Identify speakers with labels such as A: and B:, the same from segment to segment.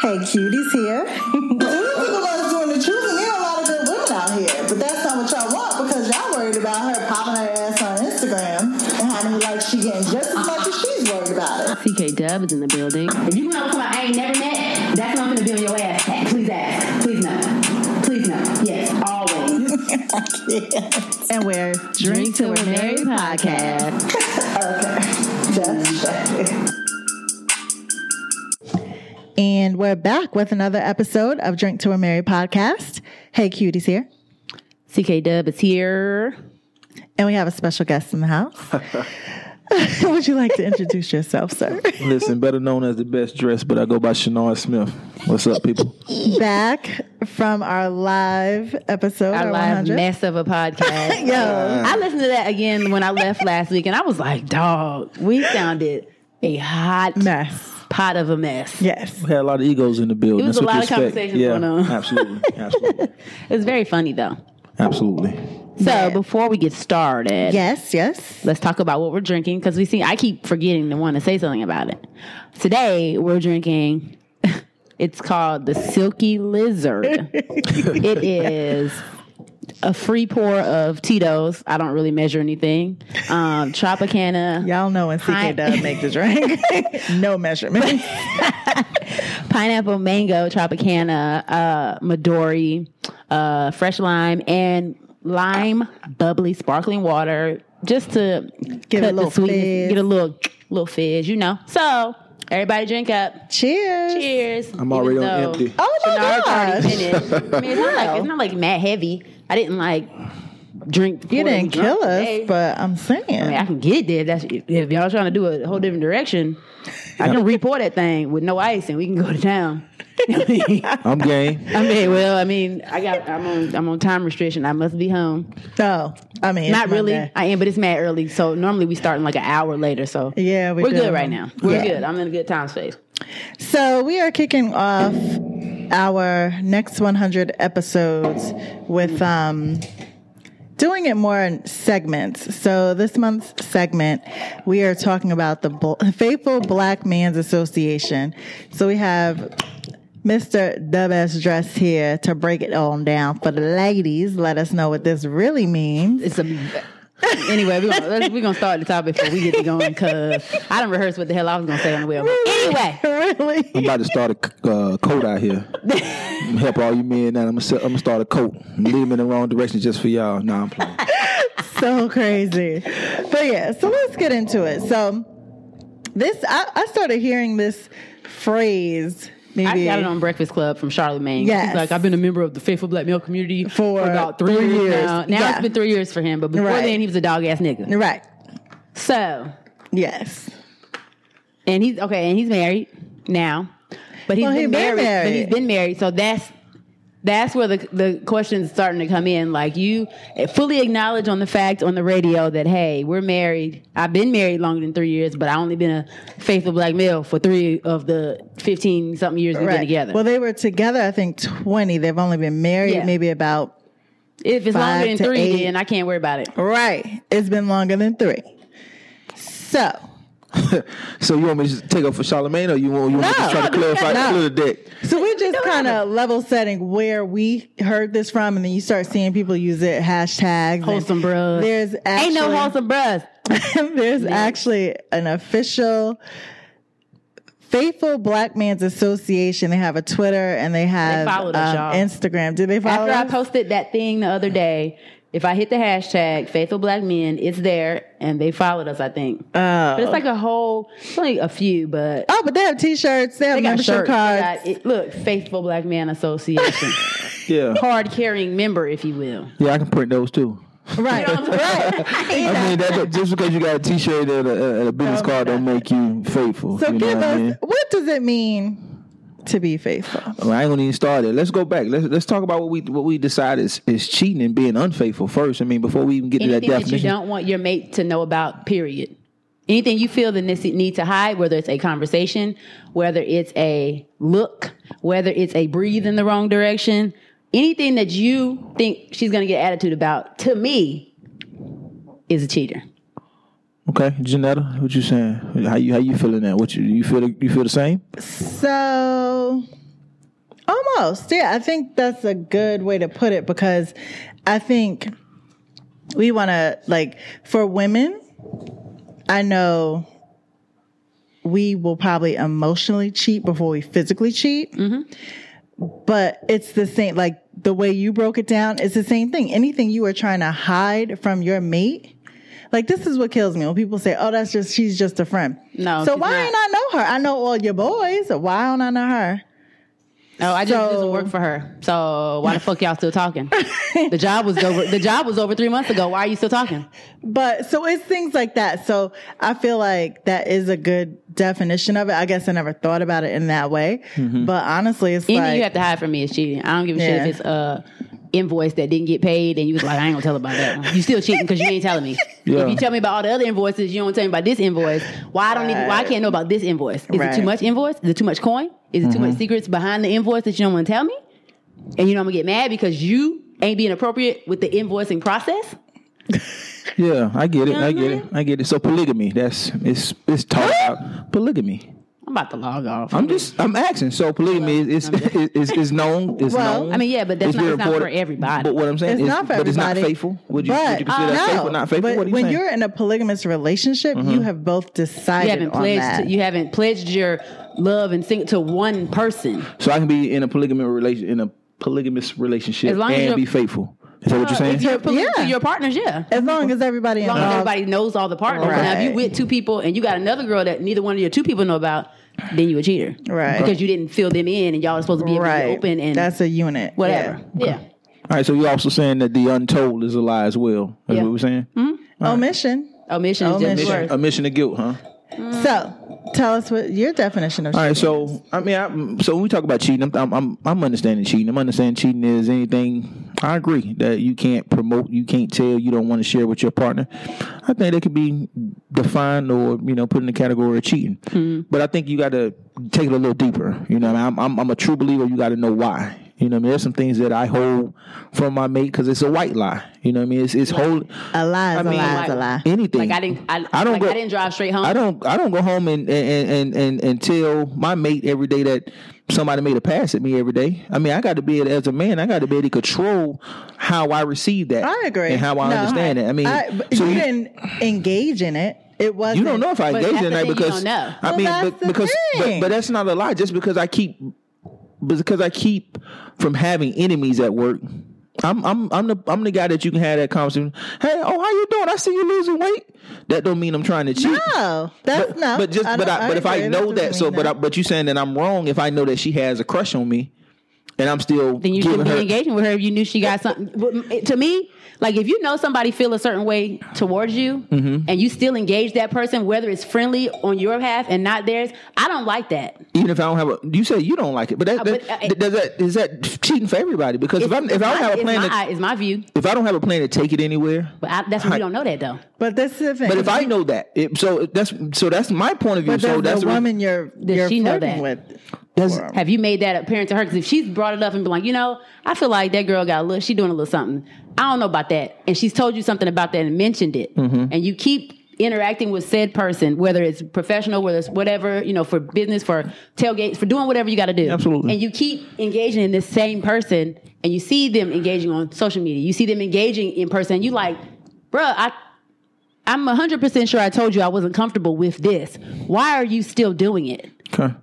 A: Hey, cuties here.
B: But we people that's doing the choosing, there are a lot of good women out here. But that's not what y'all want because y'all worried about her popping her ass on Instagram and having like she getting just as much as she's worried about it.
C: CK Dub is in the building.
D: If you want to come out, I ain't never met, that's when I'm going to be on your ass. at. Please ask. Please no. Please no. Yes, always.
A: And we're Drink, Till We're Married podcast.
B: Just shut it.
A: And we're back with another episode of Drink Till We're Married podcast. Hey, cuties here.
C: CK Dub is here.
A: And we have a special guest in the house. Would you like to introduce yourself, sir?
E: Listen, better known as the best dressed, but I go by Shannon Smith. What's up, people?
A: Back from our live episode,
C: Our
A: our,
C: live
A: 100.
C: mess of a podcast.
A: Yo,
C: I listened to that again when I left last week, and I was like, "Dog, we sounded a hot
A: mess.
C: pot of a mess."
A: Yes.
E: We had a lot of egos in the building.
C: It was
E: That's
C: a
E: what
C: lot
E: you
C: of
E: expect.
C: conversations
E: yeah,
C: going on.
E: Absolutely, absolutely,
C: It's very funny though.
E: absolutely.
C: So
A: Yeah.
C: before we get started,
A: Yes, yes.
C: let's talk about what we're drinking because we see I keep forgetting to want to say something about it. Today we're drinking. It's called the Silky Lizard. it is a free pour of Tito's. I don't really measure anything. Um, Tropicana,
A: Y'all know when
C: Hi.
A: CK does make the drink. no measurement.
C: pineapple, mango, Tropicana, uh, Midori, uh, fresh lime, and lime bubbly sparkling water just to
A: Give it a
C: cut the
A: little
C: sweetness,
A: fizz.
C: get a little little fizz, you know. So everybody drink up.
A: Cheers.
C: Cheers.
E: I'm already
C: Even
E: on
C: though
E: empty.
A: Oh my
C: Shinara's
A: gosh.
C: already finished. I mean, it's not like it's not like mad heavy. I didn't like drink.
A: You
C: before we
A: didn't
C: drunk
A: kill us,
C: today.
A: but I'm saying.
C: I mean, I can get there. That's if, if y'all trying to do a whole different direction. I can report that thing with no ice, and we can go to town.
E: I'm game.
C: I mean, well, I mean, I got I'm on I'm on time restriction. I must be home.
A: no, I mean, it's
C: Not really.
A: Monday.
C: I am, but it's mad early. So normally we start in like an hour later. So
A: Yeah, we
C: we are
A: do.
C: good right now. We're
A: Yeah.
C: good. I'm in a good time space.
A: So we are kicking off our next 100 episodes with um, doing it more in segments. So this month's segment, we are talking about the Bl- Faithful Black Man's Association. So we have Mr. Dub S Dress here to break it all down for the ladies. Let us know what this really means.
C: It's a anyway. We're gonna, let's- we gonna start the topic before we get to going because I didn't rehearse what the hell I was gonna say on the way. over. Anyway,
A: really?
E: I'm about to start a uh, coat out here. I'm help all you men now. I'm gonna, sell, I'm gonna start a coat. I'm leading them in the wrong direction just for y'all. Nah, I'm playing.
A: so crazy. But yeah, so let's get into it. So this, I, I started hearing this phrase maybe
C: I got it on Breakfast Club from Charlemagne.
A: Yes.
C: He's like, I've been a member of the faithful black male community
A: For
C: about three,
A: three
C: years,
A: years.
C: now. Now
A: Yeah.
C: it's been three years for him, but before
A: Right.
C: then he was a dog ass nigga.
A: right.
C: So
A: Yes,
C: and he's okay, and he's married now, but he's
A: Well, Oh, he
C: been,
A: been
C: married, But he's
A: married.
C: been married, so that's that's where the the questions starting to come in. Like you fully acknowledge on the fact on the radio that hey, we're married. I've been married longer than three years, but I only been a faithful black male for three of the fifteen something years we've
A: right.
C: been together.
A: Well, they were together. I think twenty. They've only been married
C: Yeah.
A: maybe about
C: if it's
A: five
C: longer than
A: to
C: three,
A: eight.
C: then I can't worry about it.
A: right. It's been longer than three. So
E: So you want me to just take up for Charlemagne, or you want you want me to
A: No.
E: just try to clarify
A: No.
E: clear the deck?
A: So we're just kind of level setting where we heard this from, and then you start seeing people use it hashtags. and
C: Wholesome bros.
A: There's actually,
C: Ain't no wholesome bruhs.
A: there's actually an official Faithful Black Man's Association. They have a Twitter and they have
C: followed us,
A: um,
C: y'all.
A: Instagram. Did they follow
C: After I
A: us?
C: posted that thing the other day, if I hit the hashtag faithful black men, it's there and they followed us, I think. but it's like a whole, it's only a few, but
A: oh, but they have T-shirts. They have
C: they got
A: membership
C: shirts. They
A: cards.
C: got- it- look, Faithful Black Man Association.
E: Yeah,
C: Card carrying member, if you will.
E: yeah, I can print those too.
A: right, right.
E: I mean, that, just because you got a T-shirt and a, and a business card don't make you faithful.
A: So
E: you know
A: give
E: what I
A: us
E: mean?
A: what does it mean to be faithful?
E: Well, I ain't gonna even start it. Let's go back. Let's let's talk about what we what we decide is, is cheating and being unfaithful first. I mean, before we even get to
C: Anything
E: that
C: that you
E: definition.
C: don't want your mate to know about, period. Anything you feel the nece- need to hide, whether it's a conversation, whether it's a look, whether it's a breathe in the wrong direction, anything that you think she's going to get attitude about, to me, is a cheater.
E: okay, Janetta, what you saying? How you how you feeling that? What you you feel the- you feel the same?
A: So Almost. Yeah, I think that's a good way to put it because I think we want to, like, for women, I know we will probably emotionally cheat before we physically cheat.
C: Mm-hmm.
A: But it's the same, like, the way you broke it down, it's the same thing. Anything you are trying to hide from your mate. Like this is what kills me when people say, "Oh, that's just she's just a friend."
C: No,
A: So
C: she's
A: why
C: not.
A: ain't I know her? I know all your boys. Why don't I know her?
C: No, Oh, I just it doesn't
A: So-
C: work for her. So why the fuck y'all still talking? The job was over. The job was over three months ago. Why are you still talking?
A: But so it's things like that. So I feel like that is a good definition of it. I guess I never thought about it in that way.
E: Mm-hmm.
A: But honestly, it's
C: Anything
A: like
C: you have to hide from me is cheating. I don't give a
A: Yeah.
C: shit if it's a invoice that didn't get paid and you was like, I ain't gonna tell about that one. You still cheating because you ain't telling me.
E: Yeah.
C: If you tell me about all the other invoices, you don't tell me about this invoice. Why I don't even? Why I can't know about this invoice? Is it
A: Right.
C: too much invoice? Is it too much coin? Is it too
E: Mm-hmm.
C: much secrets behind the invoice that you don't want to tell me? And you know I'm gonna get mad because you ain't being appropriate with the invoicing process.
E: Yeah, I get it. I get
C: Mhm.
E: it. I get it. So polygamy, that's it's it's talked about polygamy.
C: I'm about to log off.
E: I'm just I'm asking. So polygamy is is is, is known. Is
A: Well,
E: known.
C: I mean, yeah, but that's
E: It's
C: not,
E: been
C: it's not for
E: reported.
C: everybody.
E: But what I'm saying
A: it's
E: is,
A: not for
E: but it's not
A: everybody.
E: faithful. Would you,
A: but,
E: would you consider
C: uh,
E: that
A: no,
E: faithful? Not faithful.
A: But
E: what do you
A: when
E: think? Mm-hmm.
A: you're in a polygamous relationship, you have both
C: you
A: decided
C: haven't
A: on
C: pledged.
A: that.
C: you haven't pledged your love and sing to one person.
E: so I can be in a polygamy relation in a polygamous relationship
C: As long as
E: and
C: you're-
E: be faithful. Is that what you're saying?
C: If you're polygamy
A: Yeah.
C: to your partners, yeah.
A: as long as everybody
C: As long as
A: involved-
C: everybody knows all the partners. Now, if you
A: Uh-huh. Right.
C: with two people and you got another girl that neither one of your two people know about, then you a cheater,
A: Right.
C: Because you didn't fill them in, and y'all are supposed to be able to be
A: right?
C: open and
A: that's a unit.
C: whatever.
A: Yeah.
C: Yeah.
E: All right. So you're also saying that the untold is a lie as well. That's
C: Yeah.
E: what we're saying.
A: Omission.
C: Omission is just
A: Omission.
C: worse.
E: Mission, a mission of guilt, huh?
C: Mm.
A: So tell us what your definition of.
E: All right, so I mean, I, so when we talk about cheating, I'm, I'm I'm I'm understanding cheating. I'm understanding cheating is anything. I agree that you can't promote, you can't tell, you don't want to share with your partner. I think that could be defined or you know put in the category of cheating.
C: Mm-hmm.
E: But I think you got to take it a little deeper. You know, what I mean? I'm, I'm I'm a true believer. You got to know why. You know, what I mean, there's some things that I hold from my mate because it's a white lie. You know, what I mean, it's it's hold
A: A lie is
E: I
A: a
E: mean,
A: lie is a
C: like-
A: lie.
E: anything.
C: Like I didn't, I,
E: I don't
C: like
E: go-
C: I didn't drive straight home.
E: I don't I don't go home and and, and and and tell my mate every day that somebody made a pass at me every day. I mean, I got to be able- as a man, I got to be able to control how I receive that.
A: I agree.
E: and how I
A: No,
E: understand it. I mean,
A: but
E: so
A: you,
E: you,
A: didn't engage in it. It wasn't.
E: you don't know if I
C: But
E: engage
C: that's
E: in
C: the
E: that
C: thing, you
E: because
C: don't know.
E: I
A: Well,
E: mean,
A: that's
E: but,
A: the
E: because but,
A: thing.
E: but that's not a lie. Just because I keep because I keep from having enemies at work. I'm I'm I'm the I'm the guy that you can have that conversation. Hey, oh, how you doing? I see you losing weight. That don't mean I'm trying to cheat.
A: No, that's
E: but,
A: no.
E: But just but
A: don't-
E: I, but if I
A: agree.
E: know
A: doesn't
E: that, so
A: mean
E: but I, but you saying that I'm wrong if I know that she has a crush on me, and I'm still
C: then you
E: giving
C: shouldn't
E: her
C: be engaging with her if you knew she got something. But m- to me, like if you know somebody feel a certain way towards you,
E: Mm-hmm.
C: and you still engage that person, whether it's friendly on your behalf and not theirs, I don't like that.
E: even if I don't have a. You say you don't like it, but that,
C: Uh,
E: that,
C: but, uh,
E: does that is that cheating for everybody? Because if I if I don't
C: my,
E: have a plan
C: it's
E: to
C: my, it's my view,
E: if I don't have a plan to take it anywhere,
C: but I, that's we don't know that though.
A: But that's the thing.
E: but if I know that, it, so that's so that's my point of view.
A: but
E: so
A: there's
E: that's
A: the
E: the re-
A: woman you're
C: Does
A: you're
C: she know
A: flirting
C: that?
A: with.
E: Does-
C: Have you made that apparent to her? Because if she's brought it up and been like, you know, I feel like that girl got a little, she doing a little something. I don't know about that, and she's told you something about that and mentioned it, and you keep interacting with said person, whether it's professional, whether it's whatever, you know, for business, for tailgates, for doing whatever you got to do,
E: Absolutely.
C: and you keep engaging in this same person, and you see them engaging on social media, you see them engaging in person, and you like, bruh, I. I'm 100% sure I told you I wasn't comfortable with this. Why are you still doing it?
E: Okay.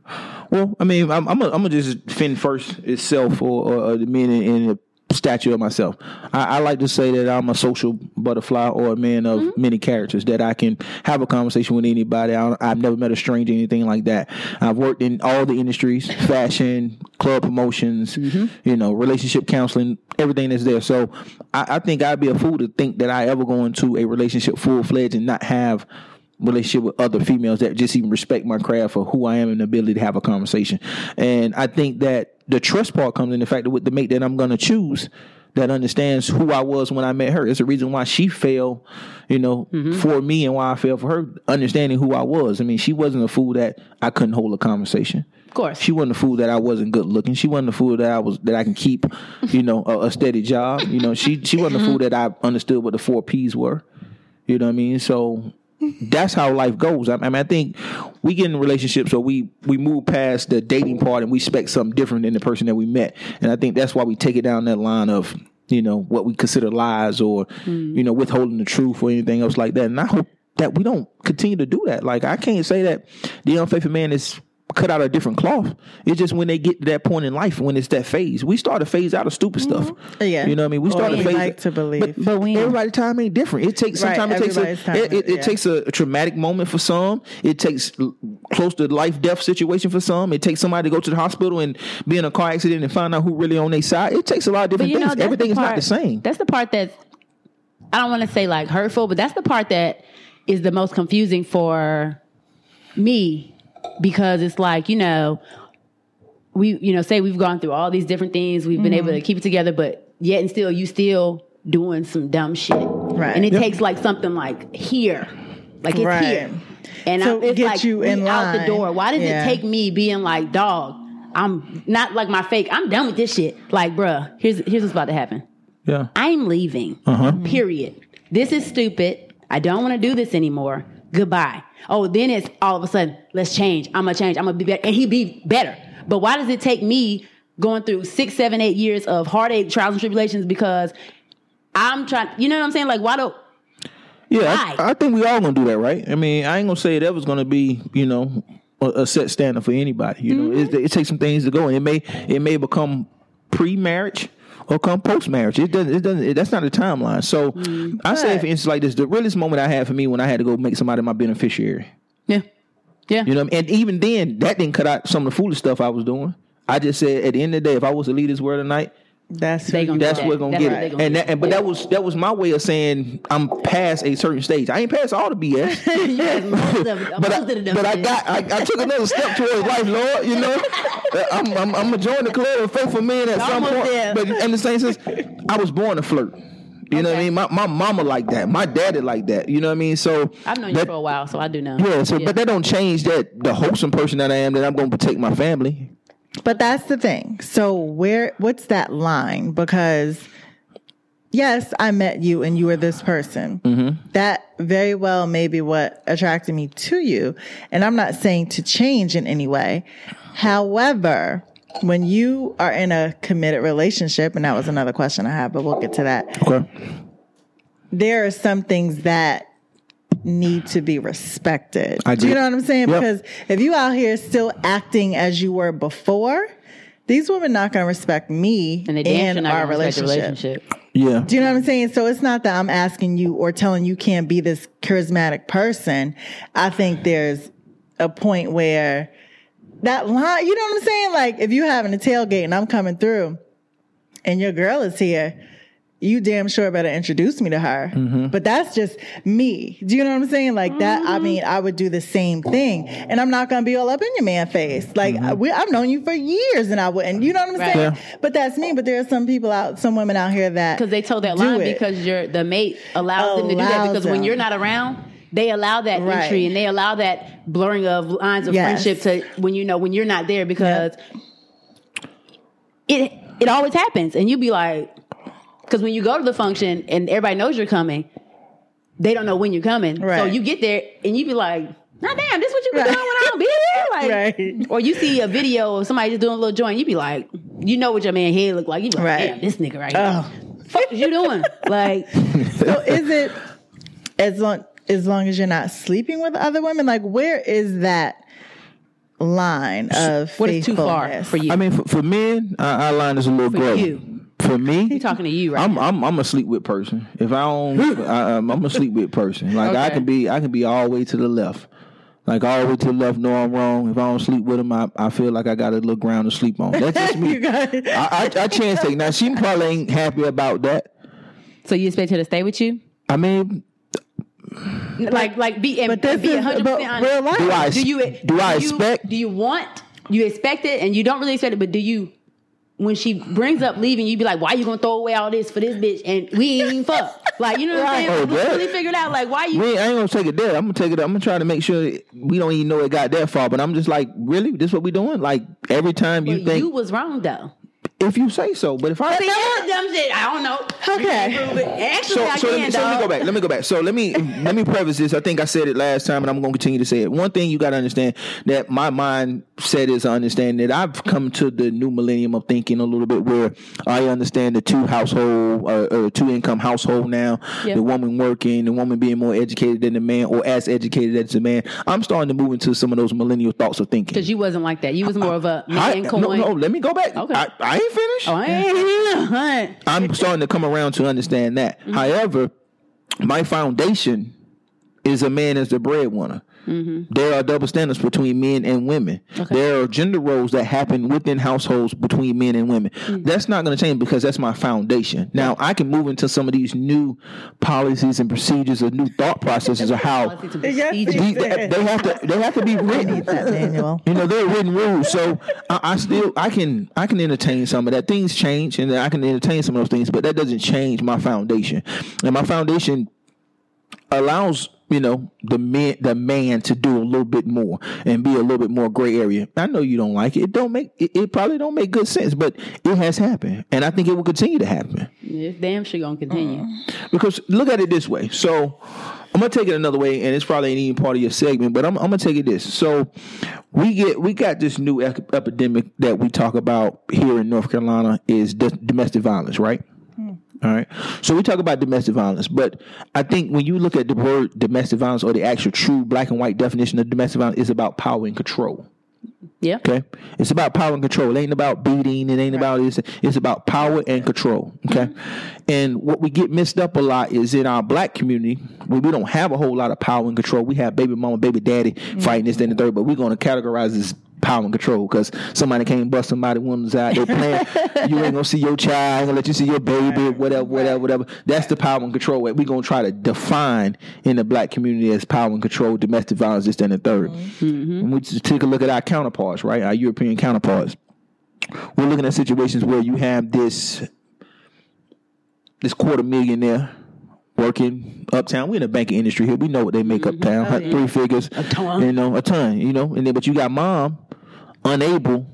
E: Well, I mean, I'm I'm gonna just defend first itself or, or, or the men in, in the statue of myself. I, I like to say that I'm a social butterfly or a man of many characters. That I can have a conversation with anybody. I don't, I've never met a stranger, anything like that. I've worked in all the industries: fashion, club promotions, you know, relationship counseling, everything that's there. So I, I think I'd be a fool to think that I ever go into a relationship full fledged and not have relationship with other females that just even respect my craft for who I am and the ability to have a conversation. And I think that the trust part comes in the fact that with the mate that I'm going to choose that understands who I was when I met her. It's the reason why she fell, you know,
C: Mm-hmm.
E: for me and why I fell for her, understanding who I was. I mean, she wasn't a fool that I couldn't hold a conversation.
C: Of course.
E: She wasn't a fool that I wasn't good looking. She wasn't a fool that I was that I can keep, you know, a, a steady
C: Mm-hmm.
E: job. You know, she she wasn't a fool that I understood what the four P's were. You know what I mean? So that's how life goes. I, I mean, I think we get in relationships or we we move past the dating part and we expect something different than the person that we met, and I think that's why we take it down that line of you know what we consider lies or
A: Mm.
E: you know withholding the truth or anything else like that. And I hope that we don't continue to do that. Like I can't say that the unfaithful man is cut out a different cloth. It's just when they get to that point in life when it's that phase. We start to phase out of stupid stuff.
A: Mm-hmm. Yeah.
E: You know what I mean? We
A: Or
E: start to
A: we
E: phase
A: like to believe.
E: But,
C: But we-
E: everybody's time ain't different. It takes
A: Right,
E: sometimes it takes a,
A: everybody's time,
E: it, it, it
A: yeah.
E: takes a traumatic moment for some. It takes l- close to life death situation for some. It takes somebody to go to the hospital and be in a car accident and find out who really on their side. It takes a lot of
C: But
E: different
C: you know,
E: things.
C: that's
E: Everything
C: the
E: is
C: part,
E: not the same.
C: That's the part that's I don't want to say like hurtful, but that's the part that is the most confusing for me because it's like you know we you know say we've gone through all these different things, we've been able
E: Mm-hmm.
C: to keep it together, but yet and still you still doing some dumb shit,
A: Right.
C: And it
A: Yeah.
C: takes like something like here, like it's
A: Right.
C: here, and
A: To
C: I, it's
A: get
C: like
A: you
C: we
A: in
C: out the
A: line.
C: door. Why does
A: Yeah.
C: it take me being like dog? I'm not like my fake. I'm done with this shit. Like, bruh, here's here's what's about to happen.
E: Yeah.
C: I'm leaving.
E: Uh-huh.
C: Period. This is stupid. I don't want to do this anymore. Goodbye. Oh, then it's all of a sudden, let's change. I'm gonna change. I'm gonna be better. And he be better. But why does it take me going through six, seven, eight years of heartache, trials and tribulations because I'm trying you know what I'm saying? Like why do
E: Yeah,
C: Why?
E: I, I think we all gonna do that, right? I mean, I ain't gonna say that was gonna be, you know, a, a set standard for anybody. You know,
C: Mm-hmm.
E: it, it takes some things to go, and it may it may become pre-marriage or come post-marriage. It doesn't. It doesn't. It, that's not a timeline. So
C: Mm-hmm.
E: I say, for instance, like this, the realest moment I had for me when I had to go make somebody my beneficiary.
C: Yeah. Yeah.
E: You know, what I mean? and even then, that didn't cut out some of the foolish stuff I was doing. I just said, at the end of the day, if I was to lead this world tonight,
A: That's
C: They
A: who
C: gonna
A: you
E: that's
A: are.
C: Okay.
E: where gonna
C: That's
E: get
C: what they
E: it.
C: gonna
E: and
C: get.
E: that, and but that was that was my way of saying I'm past a certain stage. I ain't past all the BS.
C: most of-
E: but I,
C: most of the
E: but I
C: BS.
E: got I, I took another step towards life, Lord. You know, Uh, I'm I'm, I'm gonna join the club of faithful men at some
C: Almost
E: point.
C: there.
E: But in the same sense, I was born to flirt. You know what I
C: Okay.
E: mean? My my mama like that. My daddy like that. You know what I mean? So
C: I've known you
E: that-
C: for a while, so I do know.
E: yeah, so but that don't change that the wholesome person that I am. That I'm gonna protect my family.
A: But that's the thing. So where what's that line? Because yes, I met you and you were this person. That very well may be what attracted me to you. And I'm not saying to change in any way. However, when you are in a committed relationship, and that was another question I had, but we'll get to that.
E: Okay.
A: there are some things that need to be respected.
E: I
A: Do you
E: agree.
A: know what I'm saying?
E: Yep.
A: Because if you out here still acting as you were before, these women not going to respect me
C: And they damn
A: in
C: sure not
A: our
C: gonna respect the
A: relationship.
C: relationship.
E: Yeah.
A: Do you know what I'm saying? So it's not that I'm asking you or telling you can't be this charismatic person. I think there's a point where that line, you know what I'm saying? Like if you having a tailgate and I'm coming through and your girl is here, you damn sure better introduce me to her. But that's just me. Do you know what I'm saying? Like that, I mean, I would do the same thing. And I'm not gonna be all up in your man face. Like we, I've known you for years and I wouldn't. You know what I'm
C: Right.
A: saying?
E: Yeah.
A: But that's me. But there are some people out, some women out here that
C: because they told that
A: do
C: line
A: it.
C: because your the mate allows them to do that
A: Allows
C: because when
A: them.
C: you're not around they allow that
A: Right.
C: entry and they allow that blurring of lines of
A: Yes.
C: friendship to when you know when you're not there because it it always happens and you be like because when you go to the function and everybody knows you're coming they don't know when you're coming so
A: Right.
C: you get there and you be like nah, damn this what you be
A: Right.
C: doing when I don't be here like
A: Right.
C: or you see a video of somebody just doing a little joint you be like you know what your man head look like you be like
A: Right.
C: damn this nigga right
A: Oh.
C: here fuck is you doing? Like,
A: so is it as long as long as you're not sleeping with other women? Like where is that line of
C: what is too far
A: faithfulness?
C: for you?
E: I mean, for, for men, I, I line is a little
C: For
E: gray.
C: you.
E: For me,
C: He talking to you right
E: I'm,
C: now.
E: I'm I'm a sleep with person. If I don't, I, I'm, I'm a sleep with person. Like I
C: Okay.
E: can be, I can be all the way to the left. Like all the way to the left, know I'm wrong. If I don't sleep with him, I, I feel like I got a little ground to sleep on. That's just me.
A: You got it.
E: I, I, I chance take. Now she probably ain't happy about that.
C: so you expect her to stay with you?
E: I mean,
C: Like, like be and,
A: But this
C: and be
A: is
C: 100
A: about
C: percent honest.
A: real life.
E: do I
C: Do you
E: do I
C: you-
E: expect?
C: Do you want? You expect it, and you don't really expect it, but do you? When she brings up leaving, you be like, "Why you gonna throw away all this for this bitch?" And we ain't even fuck. Like, you know what I'm
E: Right.
C: saying?
E: Oh,
C: we
E: that-
C: really figured out like why you.
E: We ain't, I ain't gonna take it there. I'm gonna take it. I'm gonna try to make sure we don't even know it got that far. But I'm just like, really, this what we doing? Like every time you
C: but
E: think
C: you was wrong though.
E: If you say so, but if I
C: But yeah, dumb shit. I don't know. You
A: Okay.
C: can't prove it. Actually,
E: so,
C: I
E: so, let
C: can,
E: me, so let me
C: dog.
E: go back. Let me go back. So let me let me preface this. I think I said it last time, and I'm going to continue to say it. One thing you got to understand that my mindset is I understand that I've come to the new millennium of thinking a little bit where I understand the two household, uh, uh, two income household now.
C: Yeah.
E: The woman working, the woman being more educated than the man, or as educated as the man. I'm starting to move into some of those millennial thoughts of thinking.
C: Because you wasn't like that. You was more of a
E: I,
C: man
E: no,
C: coin.
E: no, let me go back.
C: Okay.
E: I, I ain't finished.
C: Oh, I ain't here, hun.
E: I'm starting to come around to understand that. However, my foundation is a man as the breadwinner. There are double standards between men and women. There are gender roles that happen within households between men and women. That's not going to change because that's my foundation. Now I can move into some of these new policies and procedures, or new thought processes, of how
C: Policy to
A: Yes,
C: procedure.
A: he
E: we- they, they have to they have to be written.
A: Daniel.
E: You know, they're written rules. So I, I still I can I can entertain some of that. Things change and I can entertain some of those things, but that doesn't change my foundation. And my foundation allows you know the man the man to do a little bit more and be a little bit more gray area i know you don't like it it don't make it, it probably don't make good sense but it has happened and i think it will continue to happen
C: This damn shit gonna continue.
E: because look at it this way. So I'm gonna take it another way, and it's probably ain't even part of your segment, but I'm, I'm gonna take it this. So we get we got this new ec- epidemic that we talk about here in North Carolina is do- domestic violence, right? All right. So we talk about domestic violence, but I think when you look at the word domestic violence or the actual true black and white definition of domestic violence is about power and control.
C: Yeah.
E: Okay. It's about power and control. It ain't about beating. It ain't about it's it's about power and control. Okay. And what we get mixed up a lot is in our black community, where we don't have a whole lot of power and control. We have baby mama, baby daddy fighting this, then the third, but we're gonna categorize this power and control because somebody came bust somebody woman's out they playing you ain't gonna see your child ain't gonna let you see your baby whatever whatever whatever that's the power and control that we're gonna try to define in the black community as power and control domestic violence this then the 3rd and we just take a look at our counterparts right our european counterparts we're looking at situations where you have this this quarter millionaire working uptown. We're in the banking industry here. We know what they make uptown. Hun- Three figures. A
C: ton.
E: You know, a ton, you know. And then but you got mom unable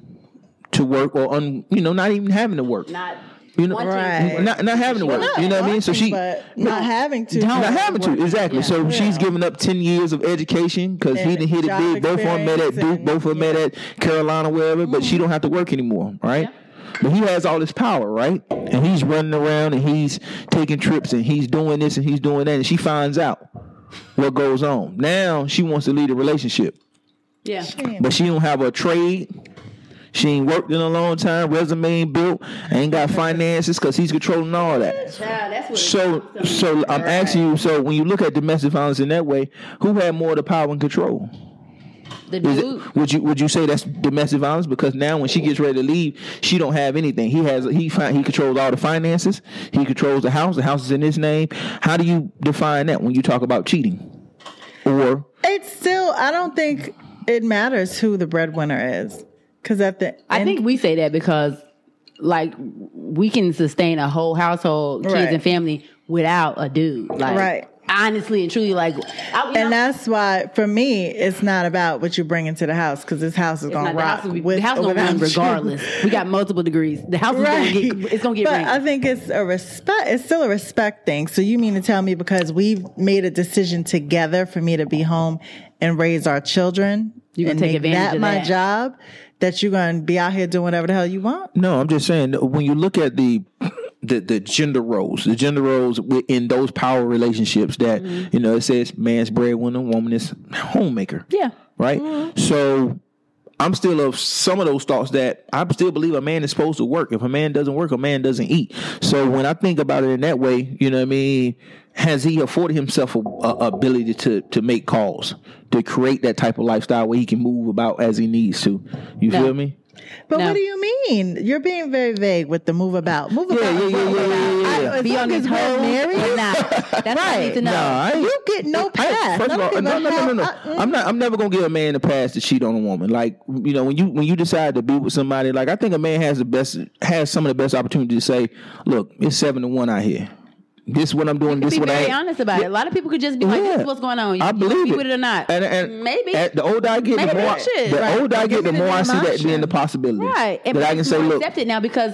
E: to work or un, you know, not even having to work.
C: Not
E: you know,
C: wanting to
A: Right.
C: work.
E: not not having to work.
A: Not
E: you know what I mean? So she
A: but not having to.
E: not having to exactly.
C: Yeah.
E: So she's giving up ten years of education because he
A: And
E: didn't hit it
A: job
E: big. Both of them met at
A: experience
E: Duke,
A: and-
E: both of them met at Carolina, wherever. But
C: Mm.
E: she don't have to work anymore, right? But he has all this power, right? And he's running around and he's taking trips and he's doing this and he's doing that. And she finds out what goes on. Now she wants to lead a relationship,
C: Yeah.
E: but she don't have a trade. She ain't worked in a long time. Resume ain't built. Ain't got finances because he's controlling all that.
C: Child, that's what it
E: So,
C: comes to.
E: so I'm asking you. So, when you look at domestic violence in that way, who had more of the power and control?
C: the
E: Is
C: dude.
E: it, would you would you say that's domestic violence? Because now when she gets ready to leave, she don't have anything. He has he fi- he controls all the finances. He controls the house. The house is in his name. How do you define that when you talk about cheating? Or
A: It's still. I don't think it matters who the breadwinner is, because at the
C: I
A: end-
C: think we say that because, like, we can sustain a whole household, kids
A: Right.
C: and family without a dude. Like,
A: Right.
C: honestly and truly, like, I, you
A: And
C: know,
A: that's why, for me, it's not about what you bring into the house because this house is
C: it's
A: going
C: not-
A: to
C: the
A: rock.
C: house will be,
A: with
C: the house
A: or
C: gonna
A: without
C: run
A: you.
C: regardless. We got multiple degrees. The house
A: Right.
C: is gonna get it's gonna get
A: but
C: ranked.
A: I think it's a respect. It's still a respect thing. So you mean to tell me because we've made a decision together for me to be home and raise our children,
C: You gonna
A: and
C: take
A: make
C: advantage
A: that
C: of
A: my
C: that.
A: job? That you're going to be out here doing whatever the hell you want?
E: No, I'm just saying that when you look at the the, the gender roles, the gender roles wi- in those power relationships that
C: Mm-hmm.
E: you know it says man's breadwinner, woman is homemaker.
C: Yeah. Mm-hmm.
E: right. So I'm still of some of those thoughts that I still believe a man is supposed to work. If a man doesn't work, a man doesn't eat. So when I think about it in that way, you know what I mean. Has he afforded himself a, a ability to to make calls, to create that type of lifestyle where he can move about as he needs to? You
C: No.
E: feel me?
A: But
C: No.
A: what do you mean? You're being very vague with the move about. Move
E: Yeah,
A: about.
E: yeah, yeah,
A: move
E: yeah,
A: about.
E: yeah, yeah,
A: I-
E: yeah.
A: as
C: Be on
A: long
C: his
A: as we're
C: hoe
A: married,
C: or not. That's what I need to know.
E: No, I ain't-
A: You get no
E: I ain't-
A: pass.
E: First
A: I
E: of
A: don't
E: all,
A: give
E: no,
A: a
E: no, no, no, no.
A: hell-
C: uh,
A: I- mm.
E: I'm not. I'm never gonna give a man a pass to cheat on a woman. Like you know, when you when you decide to be with somebody, like I think a man has the best has some of the best opportunity to say, look, it's seven to one out here. This is what I'm doing. This
C: be
E: is what I.
C: very
E: ain't."
C: honest about it. A lot of people could just be like, "This is what's going on." You,
E: I
C: you
E: believe
C: be
E: it.
C: with it or not?
E: And, and
C: Maybe.
E: and the older I get, the
C: Maybe
E: more I-
C: shit.
E: the
C: Right.
E: older I get,
A: Give
E: the
A: me the
E: more I
A: damn
E: see that being
A: option.
E: the possibility.
C: Right. And
E: That I
C: people
E: can say,
C: more
E: look,
C: accept it now because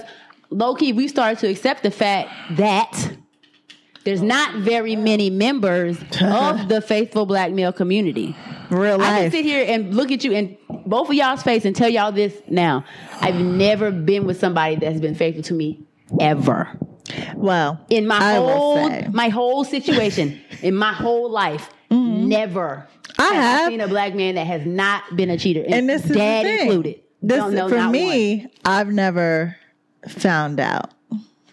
C: low key, we started to accept the fact that there's not very many members of the faithful black male community.
A: Real
C: I can
A: life.
C: sit here and look at you in both of y'all's face and tell y'all this now. I've never been with somebody that's been faithful to me ever
A: Well,
C: in my
A: I will
C: whole
A: say.
C: my whole situation in my whole life. Never.
A: Mm-hmm. I have.
C: seen a black man that has not been a cheater, and,
A: and this is
C: dad
A: the thing.
C: included.
A: This
C: Don't know,
A: for
C: not
A: me,
C: one.
A: I've never found out.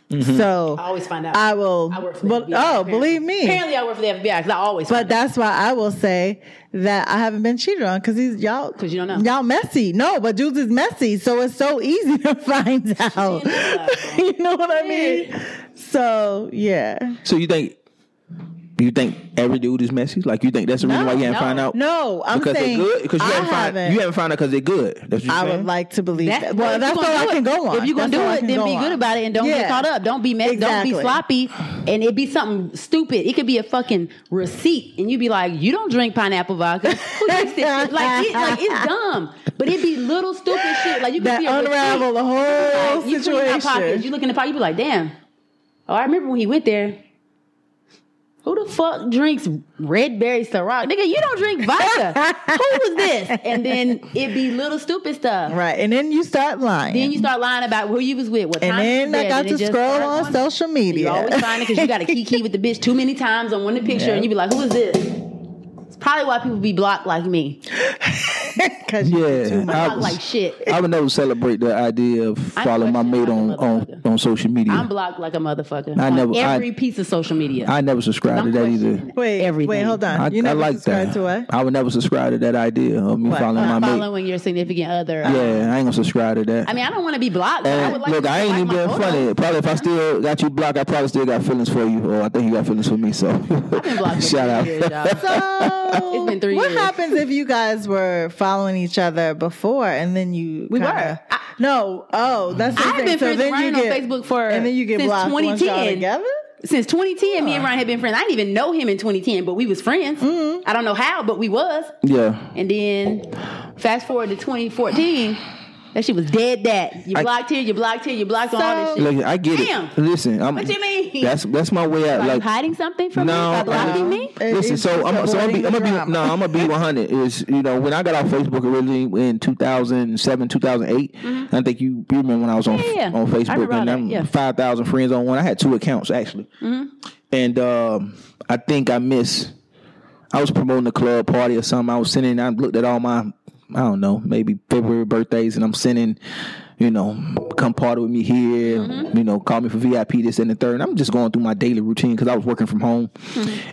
C: Mm-hmm.
A: So
C: I always find out.
A: I will.
C: I work for the
A: bel-
C: FBI,
A: oh,
C: apparently.
A: believe me.
C: Apparently, I work for the FBI because I always.
A: But that's why I will say that I haven't been cheated on because these y'all
C: 'Cause you don't know.
A: y'all messy. No, but dudes is messy, so it's so easy to find out. you know what I mean? So yeah,
E: So you think you think every dude is messy? Like you think that's the reason why you haven't
C: no,
E: found out?
A: no, I'm
E: because
A: saying
E: they're good. Because you
A: I
E: haven't, found
A: haven't.
E: you haven't found out because they're good. That's what you're
A: I
E: saying?
A: would like to believe
C: That's-
A: that.
C: well,
A: Well,
C: if
A: that's
C: you gonna
A: all I
C: do it-
A: can go on.
C: If you're gonna
A: That's all I
C: do
A: can
C: it, then
A: go
C: be
A: on.
C: good about it and don't
A: Yeah.
C: get caught up. Don't be messy. Don't
A: Exactly.
C: be sloppy. And it be something stupid. It could be a fucking receipt, and you be like, "You don't drink pineapple vodka." Who drinks this shit? Like, it, like it's dumb, but it be little stupid shit. Like you could
A: That
C: see a receipt.
A: unravel the whole
C: Like, you clean my pockets. You
A: situation.
C: look in the pocket. You be like, "Damn." Oh, I remember when he went there. Who the fuck drinks red berry Ciroc? Nigga, you don't drink vodka. Who was this? And then it be little stupid stuff.
A: Right, and then you start lying.
C: Then you start lying about who you was with, what time. you
A: and then
C: was
A: I got
C: with, it
A: to
C: just
A: scroll
C: starts
A: on
C: going-
A: social
C: You
A: media.
C: always find it because you got to key key with the bitch too many times on one picture, and you be like, "Who is this?" It's probably why people be blocked like me.
A: because you
E: Yeah,
A: too much.
E: I
C: Blocked
E: was-
C: like shit.
E: I would never celebrate the idea of
C: I
E: following my
C: question
E: mate
C: how
E: on,
C: the
E: on,
C: motherfucker.
E: on social media.
C: I'm blocked like a motherfucker.
E: I
C: on
E: never- I-
C: every piece of social media.
E: I never subscribed to
C: I'm
E: that either.
C: questioning
A: Wait,
C: everything.
A: wait, hold on.
E: I,
A: you
E: I
A: never
E: like
A: subscribe
E: that.
A: to what?
E: I would never subscribe to that idea of me
A: What?
E: following my
A: Not
E: mate.
C: Following your significant other.
E: Yeah, I ain't gonna subscribe to that.
C: I mean, I don't want to be blocked. but I
E: and
C: would like
E: look,
C: to
E: I ain't
C: like
E: even
C: my
E: being
C: photos.
E: funny. Probably if I still got you blocked, I probably still got feelings for you. Or I think you got feelings for me. So
C: I've been blocked. for
E: shout out.
C: years, y'all.
A: So
C: It's been three
A: What
C: years.
A: happens if you guys were following each other before and then you we
C: were. I-
A: no, oh, that's the
C: I've
A: thing.
C: been
A: so
C: friends
A: then
C: with Ryan
A: you
C: on
A: get,
C: Facebook for
A: and then you get
C: since
A: blocked once y'all
C: 2010.
A: together.
C: since 2010, me and Ryan had been friends. I didn't even know him in 2010, but we was friends.
E: Mm-hmm.
C: I don't know how, but we was.
E: Yeah.
C: And then fast forward to 2014, that shit was dead. That you
E: I-
C: blocked here, you blocked here, you blocked on all this
A: So-
C: shit.
E: Look, I get
C: Damn.
E: it. Listen, I'm,
C: What you mean?
E: That's that's my way out.
C: Are you
E: Like
C: hiding something from
E: no,
C: me by
E: uh,
C: blocking me?
A: It-
E: Listen,
A: it's
E: so
A: just
E: I'm so I'm
A: avoiding
E: be, I'm
A: the
E: gonna be
A: drama.
E: no, I'm gonna be 100. Is you know when I got off Facebook originally in 2007, 2008. I think you, you remember when I was on
C: Mm-hmm. Yeah, yeah.
E: on
C: I remember
E: Facebook
C: all
E: and
C: that,
E: I'm
C: yeah.
E: 5,000 friends on one. I had two accounts actually,
C: Mm-hmm.
E: and um, I think I missed. I was promoting a club party or something. I was sending. I looked at all my, I don't know, maybe February birthdays, and I'm sending, you know, come party with me here. You know, call me for VIP this and the third. And I'm just going through my daily routine because I was working from home,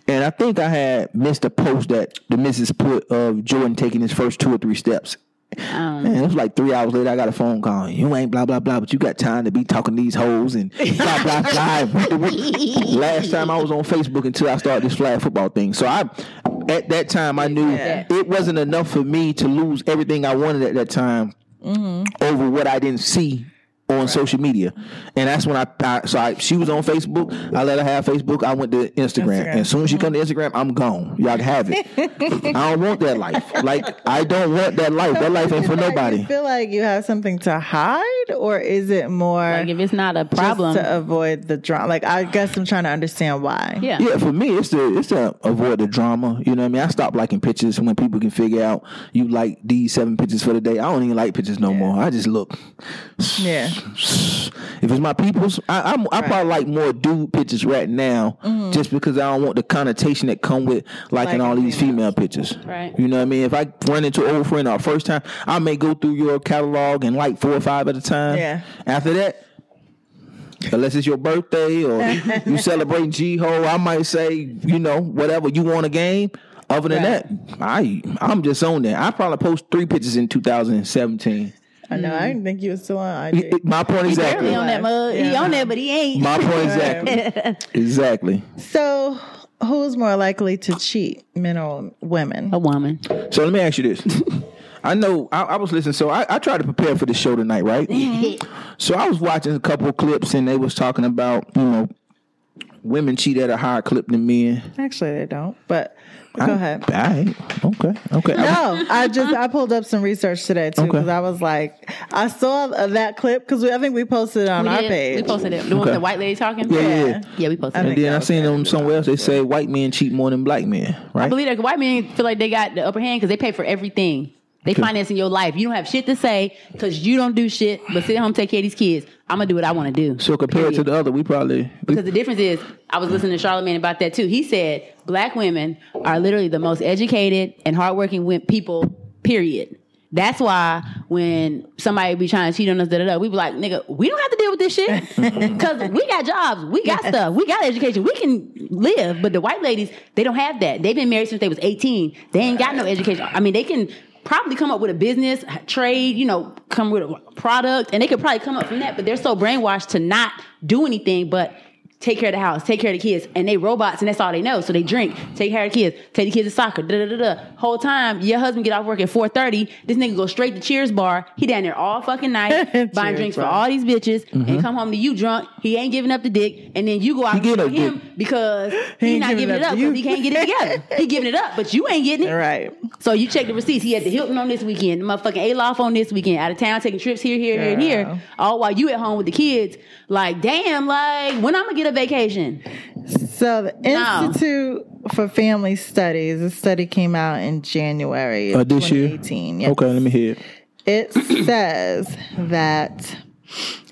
E: and I think I had missed a post that the missus put of Jordan taking his first two or three steps. Man, it was like three hours later. I got a phone call. You ain't blah blah blah, but you got time to be talking to these hoes and blah blah blah. Last time I was on Facebook until I started this flag football thing. So I, at that time, I knew it wasn't enough for me to lose everything I wanted at that time over what I didn't see on social media, and that's when I, I so I, she was on Facebook. I let her have Facebook. I went to Instagram, and as soon as she come to Instagram, I'm gone. Y'all can have it. I don't want that life. Like I don't want that life. That life ain't for
A: Like,
E: nobody.
A: You feel like you have something to hide, or is it more
C: Like if it's not a
A: just uh,
C: problem,
A: to avoid the drama? Like I guess I'm trying to understand why.
C: yeah.
E: Yeah, for me, it's to it's to avoid the drama. You know what I mean? I stop liking pictures when people can figure out you like these seven pictures for the day. I don't even like pictures no more. I just look.
A: Yeah.
E: If it's my people's, I I'm, I probably like more dude pictures right now, just because I don't want the connotation that come with liking
A: Liking
E: all these female pictures.
C: Right.
E: You know what I mean? If I run into an old friend or first time, I may go through your catalog and like four or five at a time.
A: Yeah.
E: After that, unless it's your birthday or you celebrating G Ho, I might say, you know, whatever you want a game. Other than that, I I'm just on there. I probably post three pictures in 2017.
A: I know. I
E: Mm-hmm.
A: didn't think you were still on
E: It-
A: IG.
E: it- My point
C: Barely
E: exactly.
C: on that mug. He
A: Yeah.
C: on there, but he ain't.
E: My point exactly. exactly.
A: So, who's more likely to cheat, men or women?
C: a woman.
E: So let me ask you this. I know I, I was listening, so I, I tried to prepare for the show tonight,
C: Mm-hmm.
E: right? so I was watching a couple of clips and they was talking about, you know, women cheat at a higher clip than men.
A: Actually, they don't. But go ahead.
E: All right. Okay. Okay.
A: No, I just I pulled up some research today too
E: Okay.
A: because I was like, I saw that clip because I think we posted it on
C: we,
A: our
C: did-
A: page.
C: we posted it. The one with
E: Okay.
C: the white lady talking.
E: Yeah, yeah, yeah.
C: yeah. We posted
A: I
C: it.
A: think-
E: And then I seen them somewhere else. They say white men cheat more than black men, right?
C: I believe that white men feel like they got the upper hand because they pay for everything. They
E: Okay.
C: financing your life. You don't have shit to say because you don't do shit. But sit at home, take care of these kids. I'm gonna do what I want to do.
E: so compared to
C: Period.
E: the other, we probably we-
C: Because the difference is, I was listening to Charlemagne about that too. He said black women are literally the most educated and hardworking wim- people. Period. That's why when somebody be trying to cheat on us, da da da, we be like, nigga, we don't have to deal with this shit because we got jobs, we got stuff, we got education, we can live. But the white ladies, they don't have that. They've been married since they was eighteen. They ain't got no education. I mean, they can probably come up with a business trade, you know, come with a product, and they could probably come up from that. But they're so brainwashed to not do anything but take care of the house, take care of the kids, and they robots, and that's all they know. So they drink, take care of the kids, take the kids to soccer, da da da da. Whole time your husband get off work at four thirty, this nigga go straight to Cheers bar. He down there all fucking night buying
A: Cheers
C: drinks for
A: bar.
C: all these bitches, and come home to you drunk. He ain't giving up the dick, and then you go out
E: He
C: for
E: give up
C: him
E: dick.
C: because
A: He
C: he,
A: ain't
C: not giving it up
A: to you.
C: because he can't get it together. he giving it up, but you ain't getting it.
A: right.
C: So you check the receipts. He had the Hilton on this weekend, the motherfucking Alof on this weekend, out of town taking trips here, here, here, and
A: Girl.
C: here. All while you at home with the kids. Like, damn, like when I'm gonna get a vacation?
A: So the
C: No.
A: Institute for Family Studies, this study came out in January of
E: uh, this year.
A: 2018. Yes.
E: Okay, let me hear. It.
A: It says that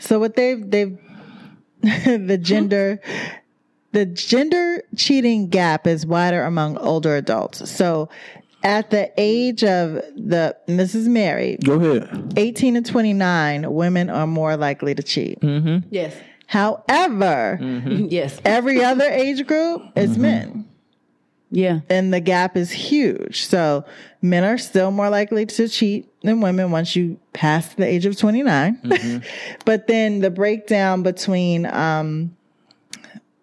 A: so what they've they've the gender the gender cheating gap is wider among older adults. So at the age of the and this is married,
E: Go ahead.
A: 18 to 29, women are more likely to cheat.
C: Yes,
A: However,
C: Mm-hmm. yes,
A: every other age group is men.
C: yeah.
A: and the gap is huge. So men are still more likely to cheat than women once you pass the age of 29. but then the breakdown between, um,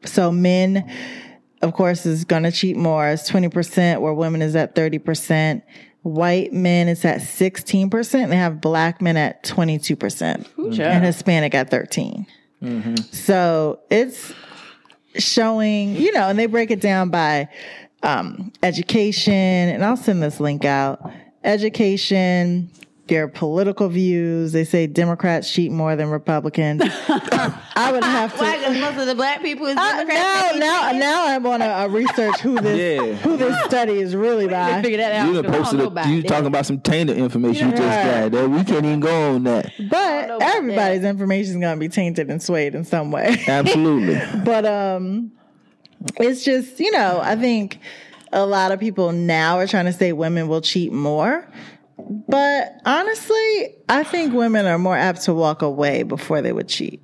A: so men, of course, is going to cheat more. It's 20%, where women is at 30%. White men is at 16%. And they have black men at 22%. And Hispanic at 13.
C: Mm-hmm.
A: So it's showing, you know, and they break it down by um, education, and I'll send this link out. Education, their political views. They say Democrats cheat more than Republicans. I would have to.
C: Why? Because most of the black people is
A: Uh, now,
C: Democrats.
A: now, now I want to uh, research who this
E: Yeah.
A: who this study is really
C: I
A: by.
C: figure that out.
E: You done
C: 'cause I don't
E: posted.
C: know
E: A,
C: about
E: you
C: that.
E: talking about some tainted information you just
A: Yeah.
E: got. That we can't even go on that.
A: But
C: about that.
A: everybody's information is going to be tainted and swayed in some way.
E: Absolutely.
A: but um it's just you know i think a lot of people now are trying to say women will cheat more but honestly i think women are more apt to walk away before they would cheat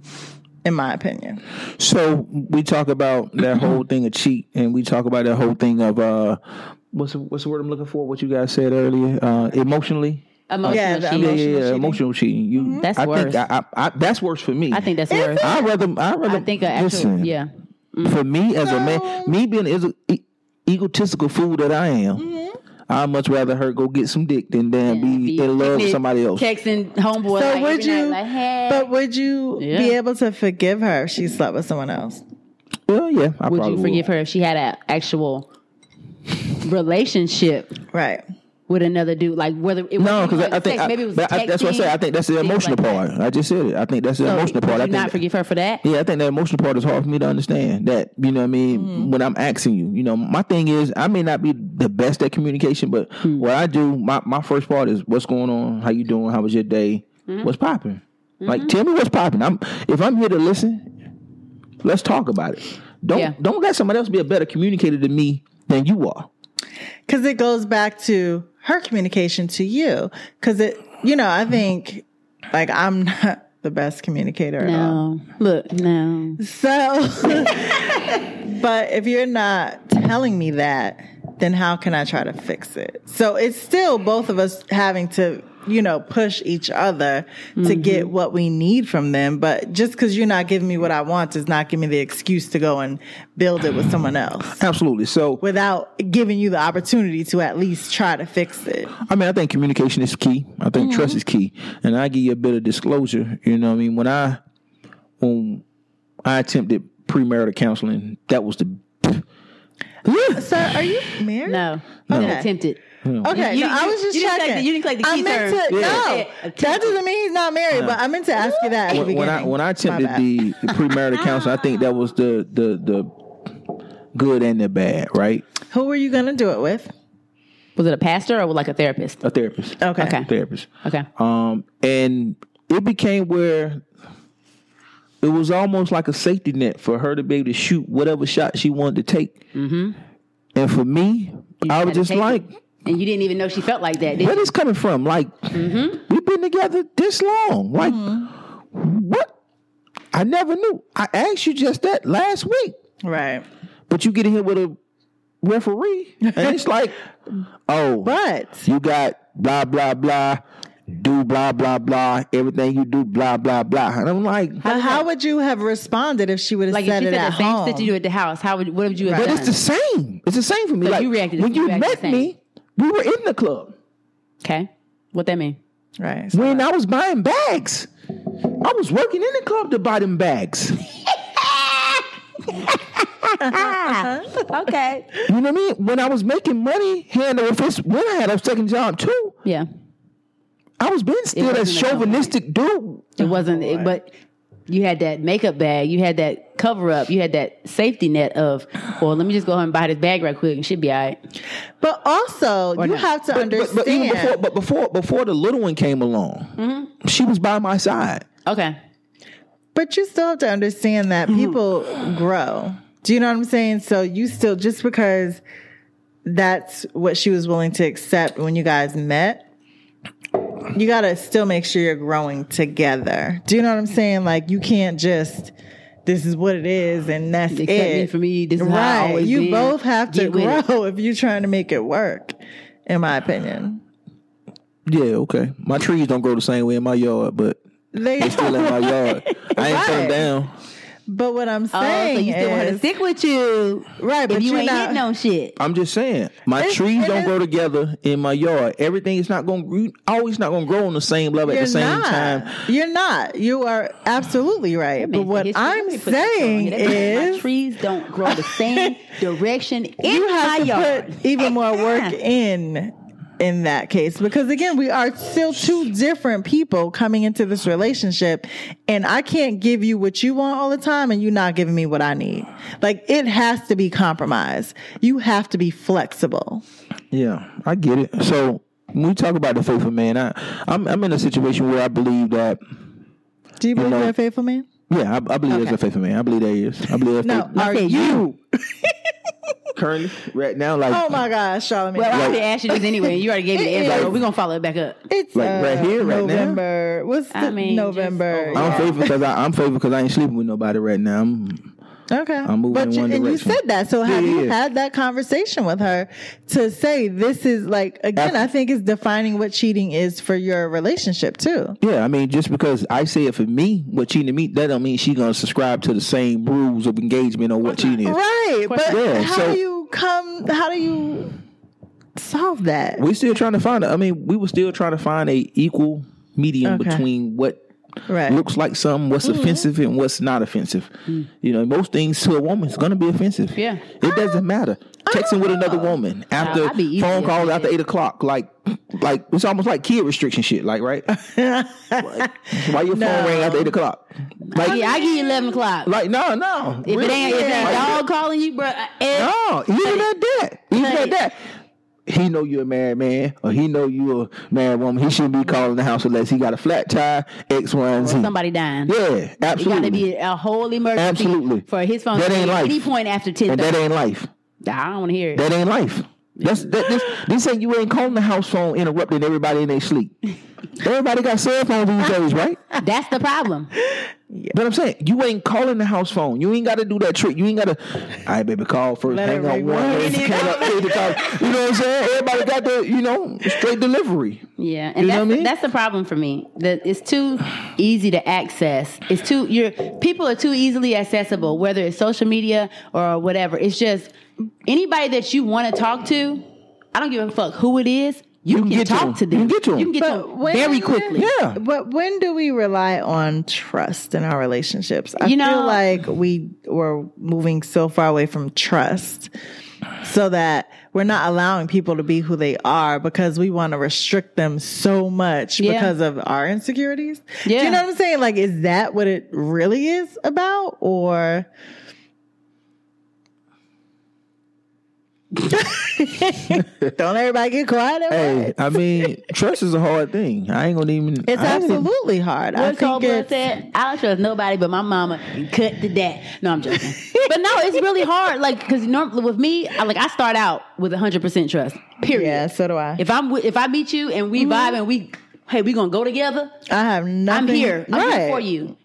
A: in my opinion
E: So we talk about that whole thing of cheat, and we talk about that whole thing of uh, what's what's the word I'm looking for? What you guys said earlier, uh, emotionally.
C: Emotional
A: Yeah, the
C: cheating.
E: yeah, yeah,
A: cheating.
E: emotional cheating. You
C: That's
E: I
C: worse.
E: Think I, I, I, that's worse for me.
C: I think that's worse.
E: I rather I rather
C: I think an actual
E: listen,
C: yeah. mm.
E: For me as a man, me being is a e- egotistical fool that I am.
C: Mm-hmm.
E: I'd much rather her go get some dick than than be, in love with somebody else.
C: Texting homeboy.
A: so
C: like,
A: would
C: every night,
A: you
C: Like, hey.
A: but would you be
C: Yeah.
A: able to forgive her if she slept with someone else
E: Well, yeah, I
C: would
E: probably
C: you forgive her if she had an actual relationship?
A: right
C: with another dude, like whether it was
E: No, because I, I think
C: text,
E: I-
C: maybe it was
E: but I- that's what I
C: texting,
E: said. I think that's the
C: things
E: emotional
C: like
E: part. I just said it. I think that's the
C: that.
E: emotional part.
C: Would
E: I
C: you
E: think
C: not forgive her for that.
E: Yeah, I think that emotional part is hard for me to understand. That you know, what I mean, when I'm asking you, you know, my thing is, I may not be the best at communication, but what I do, my my first part is, what's going on? How you doing? How was your day? What's popping? Like, tell me what's popping. I'm if I'm here to listen, let's talk about it. Don't
C: Yeah.
E: don't let somebody else be a better communicator than me than you are.
A: because it goes back to her communication to you because it you know i think like i'm not the best communicator at all
C: No, look, no.
A: So, but if you're not telling me that, then how can I try to fix it? So it's still both of us having to, you know, push each other to get what we need from them. But just because you're not giving me what I want does not give me the excuse to go and build it with someone else
E: Absolutely. So
A: without giving you the opportunity to at least try to fix it.
E: I mean, I think communication is key. I think
A: Mm-hmm.
E: trust is key, and I give you a bit of disclosure. You know, what I mean, when I when I attempted premarital counseling. That was the
A: Sir, are you married?
C: No,
A: Okay.
C: no, attempted.
A: Okay,
C: You-
A: no, I
C: you-
A: was just checking.
C: you didn't collect the- you didn't collect the
A: I
C: key
A: meant
C: term.
A: to. No,
E: Yeah.
C: Yeah. Uh-huh.
A: that doesn't mean he's not married. But I meant to ask you that. At the
E: when, when I
A: beginning.
E: when I
A: My
E: attempted
A: bad.
E: the, the premarital counseling, I think that was the the the good and the bad, right?
A: who were you gonna do it with?
C: Was it a pastor or like a therapist?
E: A therapist.
A: Okay.
C: Okay.
E: Therapist.
C: Okay.
E: Um, and it became where it was almost like a safety net for her to be able to shoot whatever shot she wanted to take. Mm-hmm. And for me, I
C: had
E: was
C: to
E: just
C: take it.
E: like,
C: And you didn't even know she felt like that, did
E: where
C: you?
E: this coming from? Like,
C: Mm-hmm.
E: we've been together this long. Like, what? I never knew. I asked you just that last week,
A: Right,
E: but you get in here with a referee, and it's like, oh,
A: but
E: you got blah blah blah, do blah blah blah. Everything you do, blah blah blah. And I'm like,
A: but how would you have responded if she would have
C: Like if
A: said
C: she
A: it
C: said
A: at
C: the same
A: home?
C: shit you do at the house, how would what would you have
E: but
C: done?
E: it's the same. It's the same for me.
C: So
E: like
C: you reacted-
E: when
C: you
E: you
C: reacted
E: met
C: the same.
E: me, we were in the club.
C: okay, what that mean?
A: right.
E: When I was buying bags, I was working in the club to buy them bags.
C: Okay,
E: You know what I mean? When I was making money hand over fist, when I had a second job too,
C: yeah,
E: I was being still that
C: wasn't a compliment.
E: chauvinistic dude.
C: it wasn't, it, but you had that makeup bag, you had that cover up, you had that safety net of, well, let me just go home and buy this bag right quick and she'll be all right.
A: But also, you
C: not.
A: have to
E: But, but even
A: understand.
E: before, but before, before the little one came along,
C: Mm-hmm.
E: she was by my side.
C: Okay,
A: But you still have to understand
C: Mm-hmm.
A: that people grow. Do you know what I'm saying? So you still just because that's what she was willing to accept when you guys met. You got to still make sure you're growing together. Do you know what I'm saying? Like you can't just this is what it is and that's
C: Accept
A: it.
C: me for me, this is how I always
A: you
C: been.
A: both have to
C: Get with it.
A: grow if you're trying to make it work. In my opinion,
E: Yeah, okay. My trees don't grow the same way in my yard, but
A: they.
E: still in my yard. I ain't put
A: Right.
E: them down.
A: But what I'm
C: oh,
A: saying
C: so you still want her to
A: is-
C: stick with you,
A: Right,
C: If
A: but
C: you
A: you're
C: ain't
A: not-
C: hitting on shit.
E: I'm just saying, my
A: It's-
E: trees
A: it
E: don't
A: is-
E: grow together in my yard. Everything is not going to always not going to grow on the same level at the same
A: not.
E: time.
A: You're not. You are absolutely right. But what
C: History, let me
A: I'm
C: put this song in.
A: saying
C: That means my
A: is
C: trees don't grow the same direction in
A: you
C: my
A: have to
C: yard.
A: put even more work in in that case because again we are still two different people coming into this relationship and I can't give you what you want all the time and you not giving me what I need. Like it has to be compromise. You have to be flexible.
E: Yeah, I get it. So when we talk about the faithful man, I I'm, I'm in a situation where I believe that.
A: Do you believe
E: know-
A: you're a faithful man?
E: Yeah, I, I believe there's
A: Okay.
E: a faithful man. I believe there is. I believe
A: No,
E: faithful-
A: are you?
E: currently right now, like
A: Oh my gosh, Charlamagne.
C: Well, I
E: Like-
C: was gonna ask you this anyway. and You already gave me the
A: It
C: answer.
A: is.
C: but We're gonna follow it back up.
A: It's
E: Like,
A: uh,
E: right here, right now?
A: November. What's the
C: I mean,
A: November?
C: just overall.
E: I'm faithful because I'm faithful because I ain't sleeping with nobody right now. I'm,
A: Okay,
E: moving
A: but
E: in
A: you,
E: one
A: and you
E: direction.
A: said that. So have
E: Yeah,
A: you
E: yeah.
A: had that conversation with her to say this is like again?
E: After-
A: I think is defining what cheating is for your relationship too.
E: Yeah, I mean, just because I say it for me, what cheating to me, that don't mean she gonna subscribe to the same rules of engagement or what cheating is.
A: Right, but
E: Yeah,
A: how
E: so-
A: do you come? How do you solve that?
E: We still trying to find. I mean, we were still trying to find a equal medium
A: Okay.
E: between what
A: right,
E: looks like something, what's
C: Mm-hmm.
E: offensive, and what's not offensive. You know, most things to a woman is gonna be offensive.
C: Mm. Yeah.
E: it doesn't matter. Texting with another woman after
C: I'd be easy
E: phone
C: if
E: calls
C: I
E: after
C: did.
E: eight o'clock, like, like it's almost like kid restriction shit. Like, right? Like, why your phone rang after eight o'clock? Like,
C: yeah, I give you eleven o'clock.
E: like no, no.
C: if it
E: Really?
C: ain't, if
E: Like,
C: that dog calling you, bro,
E: No, even at that. Even
C: Cut
E: at
C: it.
E: that. He know you're a married man, or he know you a married woman. He shouldn't be calling the house unless he got a flat tire, X, Y, and Z.
C: somebody dying.
E: Yeah,
C: It got to
E: absolutely.
C: be a whole emergency
E: Absolutely.
C: for his phone
E: That
C: to
E: ain't
C: ring at
E: life.
C: any point after ten.
E: and that ain't life.
C: I don't want to hear it.
E: That ain't life. That's that. This, this ain't you ain't calling the house phone interrupting everybody in their sleep. Everybody got cell phones these days, right?
C: That's the problem.
E: But I'm saying you ain't calling the house phone. You ain't got to do that trick. You ain't got to. All right, baby, call first.
A: Let
E: hang
A: it
E: on
A: ring
E: one.
A: one
E: minute,
A: minute.
E: hang on eight o'clock. You know what I'm saying? Everybody got the you know straight delivery.
C: Yeah,
E: You
C: and
E: know
C: that's,
E: what I mean?
C: that's the problem for me. That it's too easy to access. It's too your people are too easily accessible, whether it's social media or whatever. It's just anybody that you want to talk to. I don't give a fuck who it is. you, can,
E: get to
C: talk
E: them.
C: to them.
E: You can get to them.
C: You can get to
A: But
C: them
A: when-
C: very quickly.
E: Yeah.
A: But when do we rely on trust in our relationships? I
C: You
A: feel
C: know-
A: like we were moving so far away from trust so that we're not allowing people to be who they are because we want to restrict them so much
C: Yeah.
A: because of our insecurities. Do
C: Yeah.
A: you know what I'm saying? Like, is that what it really is about? Or. Don't everybody get quiet. everybody.
E: Hey, I mean, trust is a hard thing. I ain't gonna even.
A: It's
E: I ain't gonna-
A: absolutely hard. I
C: What
A: think
C: Cobra
A: it's,
C: said, I don't trust nobody but my mama. And cut to that. No, I'm joking. but no, it's really hard. Like, because normally with me, I, like I start out with 100 percent trust. Period.
A: yeah, so do I.
C: If I'm with- if I meet you and
A: Mm-hmm.
C: we vibe and we hey we gonna go together,
A: I have
C: I'm
A: nothing.
C: here. I'm
A: right.
C: here for you.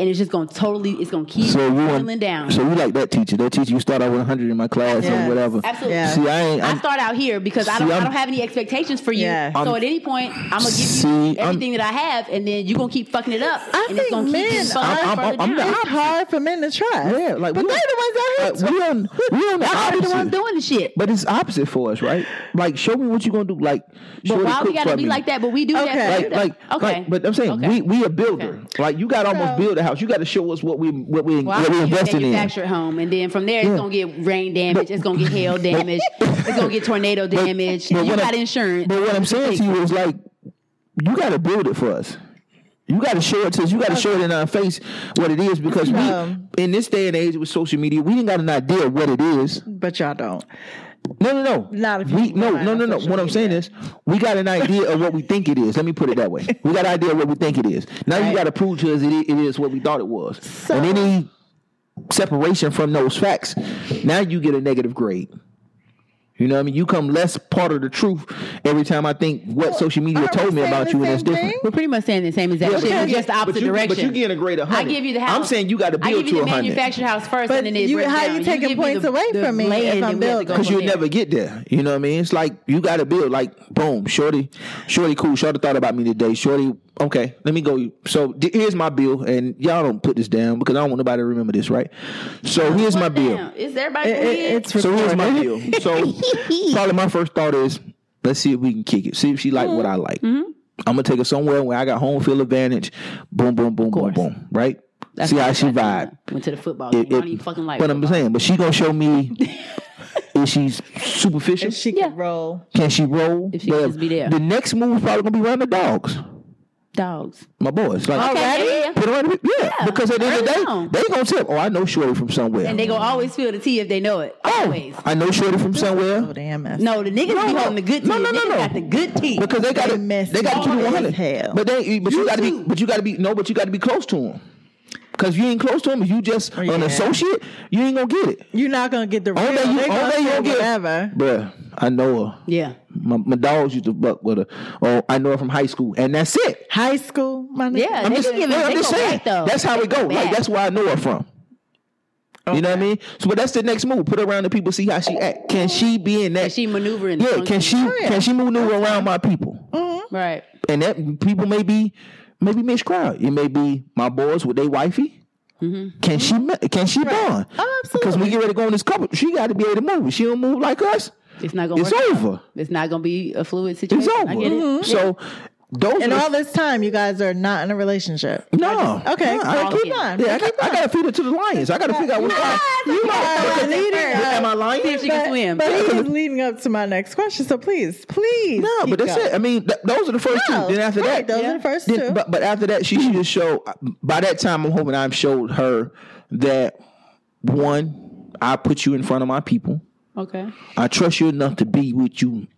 C: And it's just gonna totally, it's gonna keep
E: So we
C: dwindling
E: want,
C: down.
E: So we like that teacher. That teacher, you start out with 100 in my class
A: Yeah.
E: or whatever.
C: Absolutely.
A: Yeah.
E: See, I ain't.
C: I
E: I'm,
C: start out here because I
E: See,
C: don't. I
E: I'm-
C: don't have any expectations for you.
A: Yeah.
C: So at any point, I'm gonna give you
E: See, I'm-
C: everything that I have, and then you are gonna keep fucking it up,
A: I
C: and
A: think
C: it's gonna keep
A: men
C: you fucking
E: are-
C: further
E: I'm-
C: down.
E: I'm the
A: It's hard for men to trust.
E: yeah, like
A: but
E: we
A: they're
E: on-
A: the ones
E: like,
A: out
E: we
A: here.
E: on we on the
C: Y'all be the ones
E: opposite.
C: doing the shit.
E: But it's opposite for us, right? Like, show me what you gonna do. Like,
C: But
E: shorty,
C: why we
E: cook
C: gotta
E: for
C: be
E: me.
C: like that? But we do
A: Okay.
C: that.
E: Like,
C: For
E: like,
C: okay.
E: like, but I'm saying
C: Okay.
E: we we a builder.
C: Okay.
E: Like, you got to almost
A: So-
E: build a house. You got to show us what we what we
C: Well,
E: what we
C: I'm
E: investing in.
C: manufactured home, and then from there
E: Yeah.
C: it's gonna get rain damage, it's gonna get hail damage, it's gonna get tornado damage.
E: but
C: you
E: what
C: got
E: I'm-
C: insurance.
E: But what I'm saying to you is like, you got to build it for us. You got to show it to us. You got to show it in our face what it is because
A: Um,
E: we, in this day and age with social media, we didn't got an idea what it is.
A: But y'all don't.
E: No, no, no.
A: Not if you
E: we, no,
A: rely
E: no,
A: on
E: no, no.
A: social
E: What I'm
A: media.
E: saying is, we got an idea of what we think it is. Let me put it that way. We got an idea of what we think it is. Now
A: Right.
E: you got to prove to us it, i- it is what we thought it was.
A: So-
E: and any separation from those facts, now you get a negative grade. You know what I mean? You come less part of the truth every time I think what social media
A: aren't
E: told
A: we
E: me
A: saying
E: about
A: the
E: you, and that's
A: same
E: different.
A: thing?
C: We're pretty much saying the same exact
E: Yeah,
C: shit.
E: but
C: We're
E: you-
C: just the opposite
E: but you,
C: direction.
E: But you get a grade of
C: I
E: 100.
C: give you the house.
E: I'm saying you got to
C: I
E: build
C: give you
E: to
C: the
E: 100.
C: manufactured house first,
A: But
C: and then it
A: you-
C: breaks
A: how you
C: down.
A: taking
C: give me
A: points
C: the-
A: away
C: the
A: from me if I'm
C: land that we have to
A: building?
C: Oh, go
E: Because
C: from
E: you'll
C: there.
E: never get there. You know what I mean? It's like you gotta build like boom, shorty, shorty cool. Shorty thought about me today. Shorty, okay, let me go. So d- here's my bill, and y'all don't put this down because I don't want nobody to remember this, right? So here's my
C: What the
E: bill.
C: hell? Is everybody
A: It-
C: gonna
A: it-
C: get
A: it's
E: Oh, So here's my
A: recorded.
E: deal. So probably my first thought is, let's see if we can kick it. See if she like
C: Mm-hmm.
E: what I like. I'm gonna take her somewhere where I got home field advantage. Boom, boom, boom, boom,
C: course.
E: boom. Right?
C: That's
E: see
C: what
E: how
C: I
E: she
C: got to
E: vibe.
C: do. Went to the football
E: It-
C: game. I
E: it-
C: don't even fucking like
E: but I'm
C: football.
E: saying, but she gonna show me if she's superficial.
A: If she
C: Yeah.
A: can roll.
E: Can she roll?
C: If she can just be there.
E: The next move is probably gonna be around the dogs.
C: dogs.
E: My boys, like
C: Okay, yeah, yeah, yeah.
E: put around the, yeah, because at the end of the
C: early
E: day,
C: on.
E: they gonna tip. Oh, I know Shorty from somewhere.
C: And they gonna always feel the tea if they know it.
E: oh,
C: Always.
E: I know Shorty from
A: Oh,
E: somewhere
A: damn it.
C: No, the niggas
E: No,
C: be
E: no.
C: holding the good tea.
E: No, no,
C: The
E: no,
C: niggas
E: no.
C: got the good tea.
E: because they got to
A: They
E: they got to keep it
A: messy
E: 100.
A: as hell.
E: But they but you,
A: You
E: got to be
A: too.
E: but you got to be no, but you got to be close to them. Because you ain't close to them, if you just an
A: Yeah.
E: associate, you ain't gonna get it.
A: You're not going to get the real.
E: Only day you,
A: They're
E: only
A: gonna
E: day you
A: say
E: gonna get
A: whatever.
E: Bruh, I know her.
C: Yeah.
E: My, my dogs used to buck with her. Oh, I know her from high school, and that's it.
A: High school, my nigga.
C: Yeah.
E: I'm
C: They
E: just,
C: can give it-
E: no, I'm
C: they
E: just
C: go
E: saying.
C: back, though.
E: that's how
C: They
E: it go.
C: go
E: Like
C: back.
E: that's where I know her from. You know what I mean? So, but that's the next move. Put her around the people. See how she act. Can she be in that?
C: She maneuvering.
E: yeah. Can
C: functions.
E: she? Can she maneuver around my people?
C: Right.
E: And that people may be, maybe mixed crowd. It may be my boys with their wifey.
C: Mm-hmm.
E: Can she? ma- Can she bond?
A: Oh,
E: Because we get ready to go on this couple. She got to be able to move. If She don't move like us.
C: It's not gonna.
E: It's
C: work out.
E: over.
C: It's not gonna be a fluid situation.
E: It's over.
C: I get it. Mm-hmm.
E: So those
A: And
E: are the-
A: all this time, you guys are not in a relationship.
E: No.
A: Okay,
E: No,
A: so
E: I,
A: keep
C: yeah.
A: on.
E: yeah, I, got, I gotta feed it to the lions. I gotta figure out what lion.
A: You are leading
E: Am I
A: up.
E: lying?
C: See if she
A: But,
C: can swim.
A: but he is leading up to my next question. So please, please.
E: No,
A: keep
E: but that's
A: going.
E: it. I mean, th- those are the first
A: No,
E: two. Then after
A: right,
E: that,
A: those are the first
E: then-
A: two.
E: But, but after that, she should just show. By that time, I'm hoping I've showed her that one, I put you in front of my people.
C: Okay.
E: I trust you enough to be with you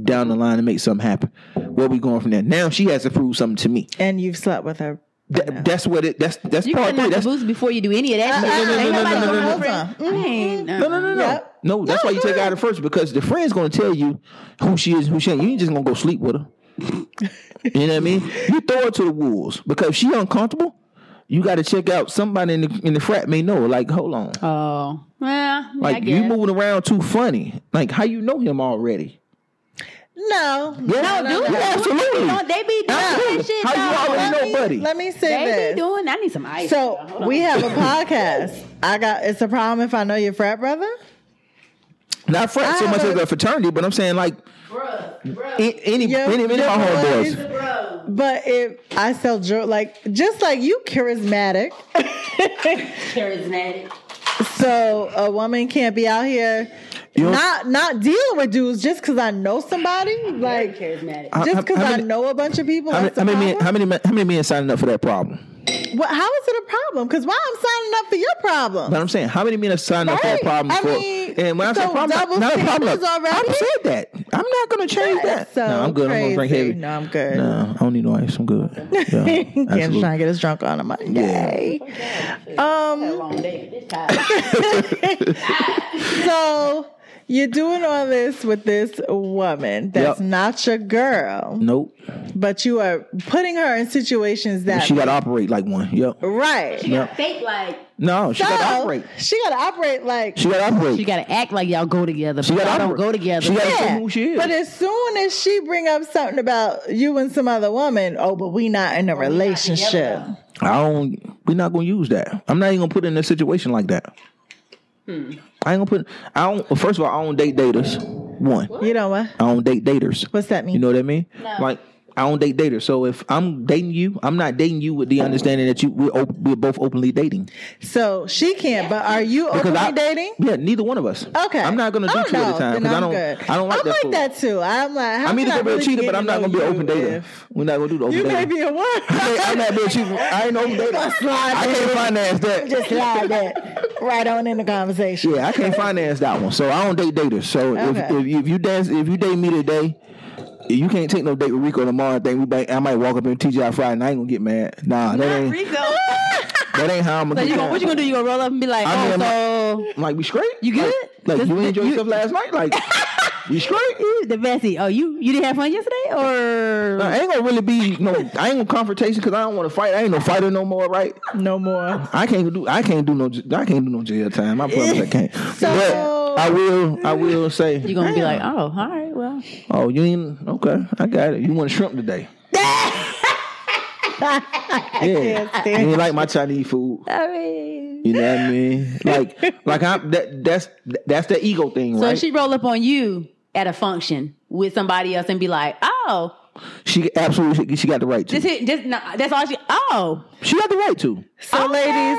E: down the line to make something happen. Where we going from there? Now she has to prove something to me.
A: And you've slept with her.
E: Th- That's what it. That's that's
C: You
E: part
C: gotta
E: three.
C: knock the
E: That's
C: boots before you do any of that.
A: Uh,
C: shit.
A: uh,
C: Ain't
A: no, no,
C: nobody
A: no,
C: gonna
A: no,
C: over
A: no,
C: it. I ain't-
E: No, no, no, no.
A: Yep.
E: No, that's
A: No,
E: why you
A: go
E: take her out
A: ahead.
E: of first because the friend's gonna tell you who she is and who she ain't. You ain't just gonna go sleep with her. you know what I mean? You throw her to the wolves because if she uncomfortable. You got to check out somebody in the in the frat may know. Like, hold on,
C: Oh, well, I
E: like
C: guess.
E: you moving around too funny. Like, how you know him already?
A: No.
E: Yeah,
C: do it.
E: yeah, absolutely.
C: No, they be doing that shit.
E: How you
C: though.
E: already
A: Let
E: know,
A: me,
E: buddy?
A: Let me say
C: They
A: this.
C: be doing. I need some ice. Hold
A: So
C: on.
A: we have a podcast. I got it's a problem if I know your frat brother.
E: Not frat
A: I
E: so much
A: have
E: as
A: a-
E: a fraternity, but I'm saying like Any, any,
A: Yo,
E: any, any of my
A: yo, boys.
E: homeboys.
A: But if I sell drugs, like just like you, charismatic.
C: Charismatic.
A: So a woman can't be out here
E: You-
A: not not dealing with dudes just because I know somebody. Like
C: Charismatic.
E: How- how-
A: just because
E: how
A: I
E: many-
A: know a bunch of people.
E: How many,
A: that's a
E: how, many men,
A: problem?
E: how, many, men- how many men signing up for that problem?
A: Well, how is it a problem? Because why I'm signing up for your problem?
E: But I'm saying, how many men have signed up for a
A: Right.
E: problem?
A: I
E: for,
A: mean,
E: and when I say
A: so
E: problem, not,
A: double
E: not a problem.
A: standards already?
E: I said that. I'm not going to change
A: That's so
E: that. no, I'm good. I'm going to drink
A: crazy.
E: heavy.
A: No, I'm good.
E: No, I don't need no ice. I'm good. Yeah,
A: Kim's
E: absolutely.
A: trying to get us drunk on a Monday. Um,
C: Long day. This time.
A: so you're doing all this with this woman that's
E: Yep.
A: not your girl,
E: Nope.
A: but you are putting her in situations that
E: She got to operate like one. Yep.
A: right.
C: Fake like
E: No, she
A: So
E: got to operate.
A: she got to operate like
E: She got to operate.
C: you gotta act like y'all go together. But
E: She gotta
C: y'all don't
E: operate.
C: go together.
E: She gotta-
A: yeah.
E: who she is.
A: But as soon as she bring up something about you and some other woman, oh, but we not in a relationship.
E: I don't. We're not gonna use that. I'm not even gonna put it in a situation like that. I ain't gonna put. I don't. well, First of all, I don't date daters. One,
A: You know what?
E: I don't date daters.
A: What's that mean?
E: You know what I mean? Like I don't date daters. So if I'm dating you, I'm not dating you with the understanding that you we're, op- we're both openly dating.
A: So she can't. But are you openly
E: I
A: dating?
E: Yeah, neither one of us.
A: Okay.
E: I'm not gonna do
A: Oh,
E: two at
A: no,
E: a
A: then
E: time because I
A: I'm
E: don't.
A: good.
E: I don't like
A: I'm
E: that.
A: like
E: fool.
A: that too. I'm like, how
E: I'm either
A: can I
E: gonna be a
A: really
E: cheater, but
A: get
E: I'm
A: to
E: not gonna
A: know
E: be an
A: you
E: open dater.
A: if-
E: We're not gonna do the open
A: You
E: dating.
A: may be a
E: I
A: one.
E: ain't- I'm not being cheated. I ain't no open dater. I can't finance that.
A: Just slide that right on in the conversation.
E: Yeah, I can't finance that one. So I don't date daters. So if,
A: Okay.
E: if, if you dance, if you date me today, you can't take no date with Rico tomorrow. And think we might, I might walk up in TGI Friday and I ain't gonna get mad. Nah, that ain't
C: Rico.
E: that ain't how I'm gonna.
C: so
E: get
C: you gonna, what you
E: down.
C: gonna do? You gonna roll up and be like,
E: I mean,
C: oh,
E: I'm like we straight?
C: You good?
E: Like, like
C: This-
E: you enjoyed yourself last night? Like we straight?
C: so you, the bestie. Oh, you you didn't have fun yesterday, or
E: Nah, I ain't gonna really be no. I ain't gonna confrontation because I don't want to fight. I ain't no fighter no more, right?
A: No more.
E: I can't do I can't do no j- I can't do no jail time. I promise I can't.
A: So-
E: but I will I will say
C: mm-hmm. you gonna be like, oh, all right, well,
E: Oh, you ain't okay. I got it. You want shrimp today? yeah, you ain't like my Chinese food.
C: I mean.
E: You know what I mean? Like, like I that that's that's the ego thing,
C: So
E: right?
C: if she roll up on you at a function with somebody else and be like, oh,
E: she absolutely she got the right to.
C: just hit, just no, that's all she. Oh,
E: She got the right to.
A: So,
C: Okay.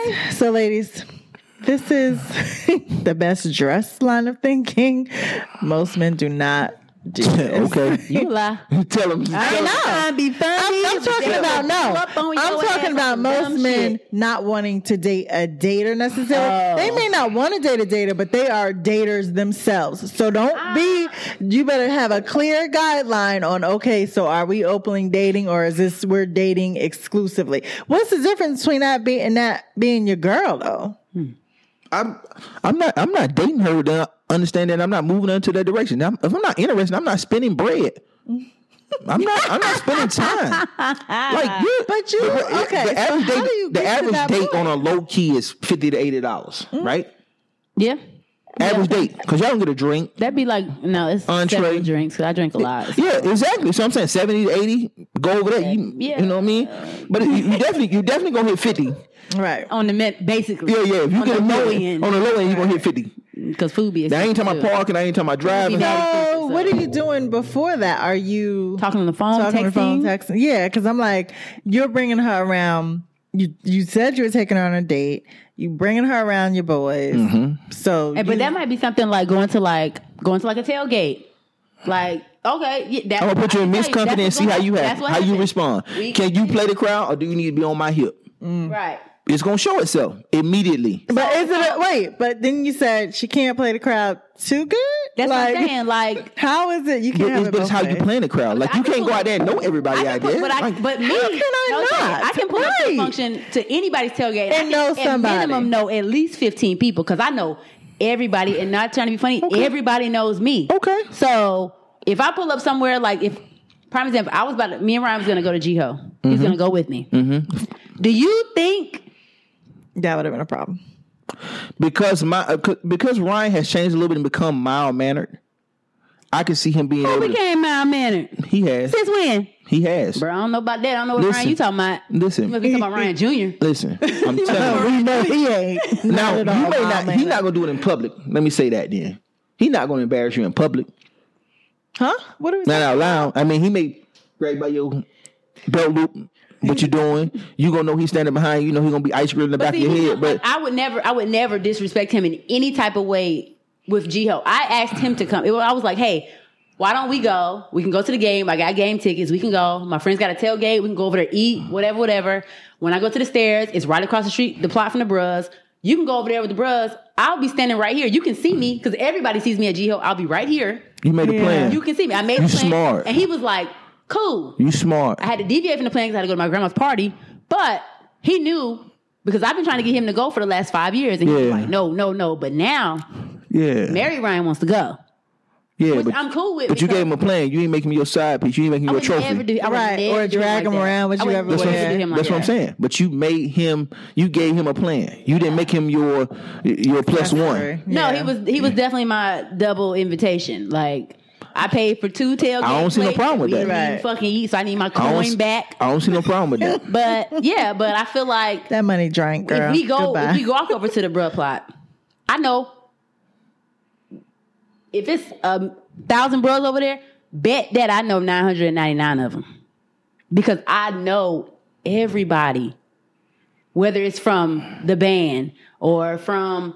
A: ladies, so ladies, this is the best dress line of thinking. Most men do not do this.
E: okay,
C: you lie.
E: tell them.
C: I
E: tell 'em-
C: know. Be funny.
A: I'm talking about
C: Up on
A: no. I'm
C: your ass
A: talking
C: on
A: about
C: some
A: most
C: dumb
A: men
C: shit.
A: not wanting to date a dater necessarily.
C: Oh.
A: They may not want to date a dater, but they are daters themselves. So don't
C: Ah.
A: be. You better have a clear guideline on. Okay, so are we openly dating, or is this we're dating exclusively? What's the difference between that being that being your girl though?
E: I'm I'm not I'm not dating her. Then I understand that I'm not moving her into that direction. I'm, if I'm not interested, I'm not spending bread. I'm not. I'm not spending time. Like you,
A: But you-
E: the-
A: okay,
E: The
A: so
E: average
A: how do
E: date,
A: you
E: the
A: get to
E: average
A: that point?
E: date
A: Mm.
E: on a low key is fifty to eighty dollars, right?
C: Yeah,
E: Average date because y'all don't get a drink.
C: that'd be like no, it's
E: Entree.
C: seven drinks. 'cause I drink a lot.
E: Yeah, exactly. So I'm saying seventy to eighty. Go over there. You,
C: Yeah.
E: you know what I mean? But you, you definitely, you definitely gonna hit fifty.
A: Right.
C: on the men, basically.
E: Yeah, yeah. If you
C: on
E: get
C: the
E: a
C: low
E: million,
C: end,
E: on the low end, you are gonna hit fifty.
C: because food be.
E: Now, I ain't talking
C: expensive,
E: about
C: too.
E: parking. I ain't talking about driving.
C: bad.
A: So Oh, what are you doing before that? Are you
C: Talking on the phone,
A: talking
C: texting.
A: on the phone, texting. Yeah, because I'm like, you're bringing her around. You you said you were taking her on a date. You bringing her around your boys.
E: Mm-hmm.
A: So,
C: And-
A: you-
C: but that might be something like going to like going to like a tailgate. Like okay, yeah, that,
E: I'm gonna put you in
C: I
E: Miss
C: can tell
E: Company and
C: that's
E: see
C: what
E: how you have
C: happened. That's
E: how
C: what
E: you
C: happened.
E: respond.
C: We-
E: Can you play the crowd or do you need to be on my hip?
C: Right.
E: It's gonna show itself immediately.
A: but is it a, wait? But then you said she can't play the crowd too good.
C: That's
A: like,
C: what I'm saying. Like
A: How is it you
E: But
A: can't? have
E: it's,
A: it
E: but it's how
A: both
E: you
A: ways?
E: plan the crowd. Like
C: I
E: you
C: can
E: can't
C: put-
E: go out there and know everybody
C: I can
E: out
C: put,
E: there.
C: but I,
E: Like,
C: but me,
A: how can I
C: no,
A: not?
C: I can put up to a
A: Right.
C: function to anybody's tailgate.
A: And
C: I
A: know
C: can,
A: somebody.
C: At minimum, know at least fifteen people because I know everybody. And not trying to be funny, everybody knows me.
E: Okay.
C: So if I pull up somewhere, like if prime example, I was about to, me and Ryan was going to go to Jiho.
E: Mm-hmm.
C: He's going to go with me. Do you think?
A: That would have been a problem.
E: because my uh, 'cause- because Ryan has changed a little bit and become mild mannered. I can see him being
C: Oh,
E: able.
C: we
E: To,
C: came out minute.
E: he has.
C: Since when?
E: He has.
C: Bro, I don't know about that. I don't know what
E: Listen.
C: Ryan you talking about.
E: Listen.
C: You must be talking about Ryan Jr.
E: Listen, I'm telling you.
A: We know he ain't.
E: Now you
A: Not at all,
E: may
A: my
E: not.
A: man.
E: He's not gonna do it in public. Let me say that. Then he's not gonna embarrass you in public.
A: Huh? What are we
E: Not
A: talking
E: out loud. I mean, he may grab by your belt loop. What you doing? You gonna know he's standing behind you. You know he gonna be ice cream in the back
C: see,
E: of
C: he-
E: your head. But
C: I would never, I would never disrespect him in any type of way with Jiho. I asked him to come. It was- I was like, hey, why don't we go? We can go to the game. I got game tickets. We can go. My friends got a tailgate. We can go over there, eat, whatever, whatever. When I go to the stairs, it's right across the street, the plot from the bros. You can go over there with the bros. I'll be standing right here. You can see me because everybody sees me at Jiho. I'll be right here.
E: you made a plan.
C: You can see me. I made
E: You
C: a plan.
E: smart.
C: And he was like, cool.
E: You smart.
C: I had to deviate from the plan because I had to go to my grandma's party. But he knew because I've been trying to get him to go for the last five years, and he was
E: Yeah.
C: like, "No, no, no." But now
E: yeah.
C: Mary Ryan wants to go,
E: yeah.
C: which
E: but,
C: I'm cool with.
E: but you
C: because
E: gave him a plan. You ain't making me your side piece. You ain't making
C: I
E: me your
C: would
E: trophy.
C: never do, I would
A: Right,
C: never
A: or
C: do him
A: drag
C: like
A: him
C: that.
A: around with
C: I
A: you
C: would
E: That's what,
C: never
A: everywhere.
C: do him like
E: that's what I'm
C: that.
E: saying. But you made him. You gave him a plan. You didn't make him your your plus one.
C: No,
A: Yeah.
C: he was he was definitely my double invitation. Like I paid for two tailgates.
E: I don't see no
C: plates.
E: problem with
C: We
E: that.
C: didn't even
A: Right.
C: Fucking eat, so I need my
E: I don't,
C: coin
E: s-
C: back.
E: I don't see no problem with that.
C: But yeah, but I feel like
A: That money drank, girl.
C: if we go
A: Goodbye.
C: if we walk over to the bruh plot, I know if it's a thousand bros over there, bet that I know nine hundred and ninety nine of them because I know everybody, whether it's from the band or from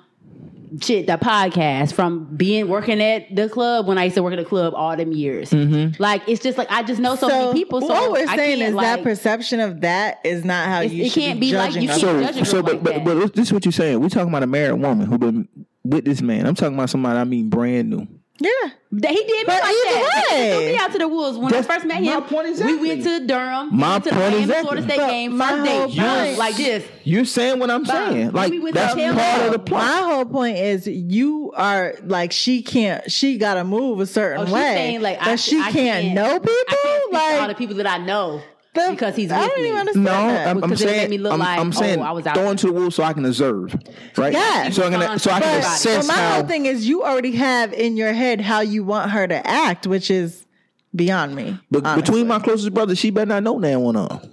C: shit the podcast, from being working at the club when I used to work at the club all them years. Like it's just like I just know so, many people. So
A: Mm-hmm. what we're
C: I
A: saying
C: can't,
A: is that
C: like-
A: perception of that is not how
C: It's-
A: you
C: it
A: should
C: can't
A: be,
C: be like-
A: judging
C: you
A: us.
C: can't-
E: so,
C: judge a
E: so,
C: girl
E: but,
C: like
E: but,
C: that.
E: but this is what you're saying. We're talking about a married woman who been with this man. I'm talking about somebody I mean brand new.
A: yeah,
C: That he did me
A: But
C: like that.
A: either
C: He
A: way.
C: threw me out to the wolves when
E: That's
C: I first met
E: my
C: him.
E: point
C: We went
E: exactly.
C: to Durham.
E: My
C: we went to the
E: point
C: Miami
E: exactly.
C: Florida State
A: But
C: game.
A: my
C: First day,
A: whole
C: bang,
A: point-
C: like this.
E: You're saying what I'm
C: Bye.
E: saying.
C: Then
E: Like
C: we went
E: that's
C: to Taylor
E: part of the
C: Swift.
E: plot.
A: My whole point is you are like she can't she gotta move a certain
C: Oh, she's
A: way.
C: saying like
A: but
C: I,
A: she
C: I
A: can't, know people.
C: I can't speak to all the
A: like
C: people that I know
A: the-
C: because he's with
A: I don't
C: me.
A: even understand.
E: No,
A: that.
E: I'm, I'm
C: Because it made
E: saying
C: me look
E: I'm,
C: like,
E: I'm saying
C: oh, I was out
E: throw
C: there.
E: into the wolves so I can observe, right?
A: Yeah.
E: So I can so I can
A: but,
C: Everybody.
E: assess
A: but my
E: how.
A: whole thing is you already have in your head how you want her to act, which is beyond me.
E: But
A: honestly.
E: between my closest brothers, she better not know now one of them.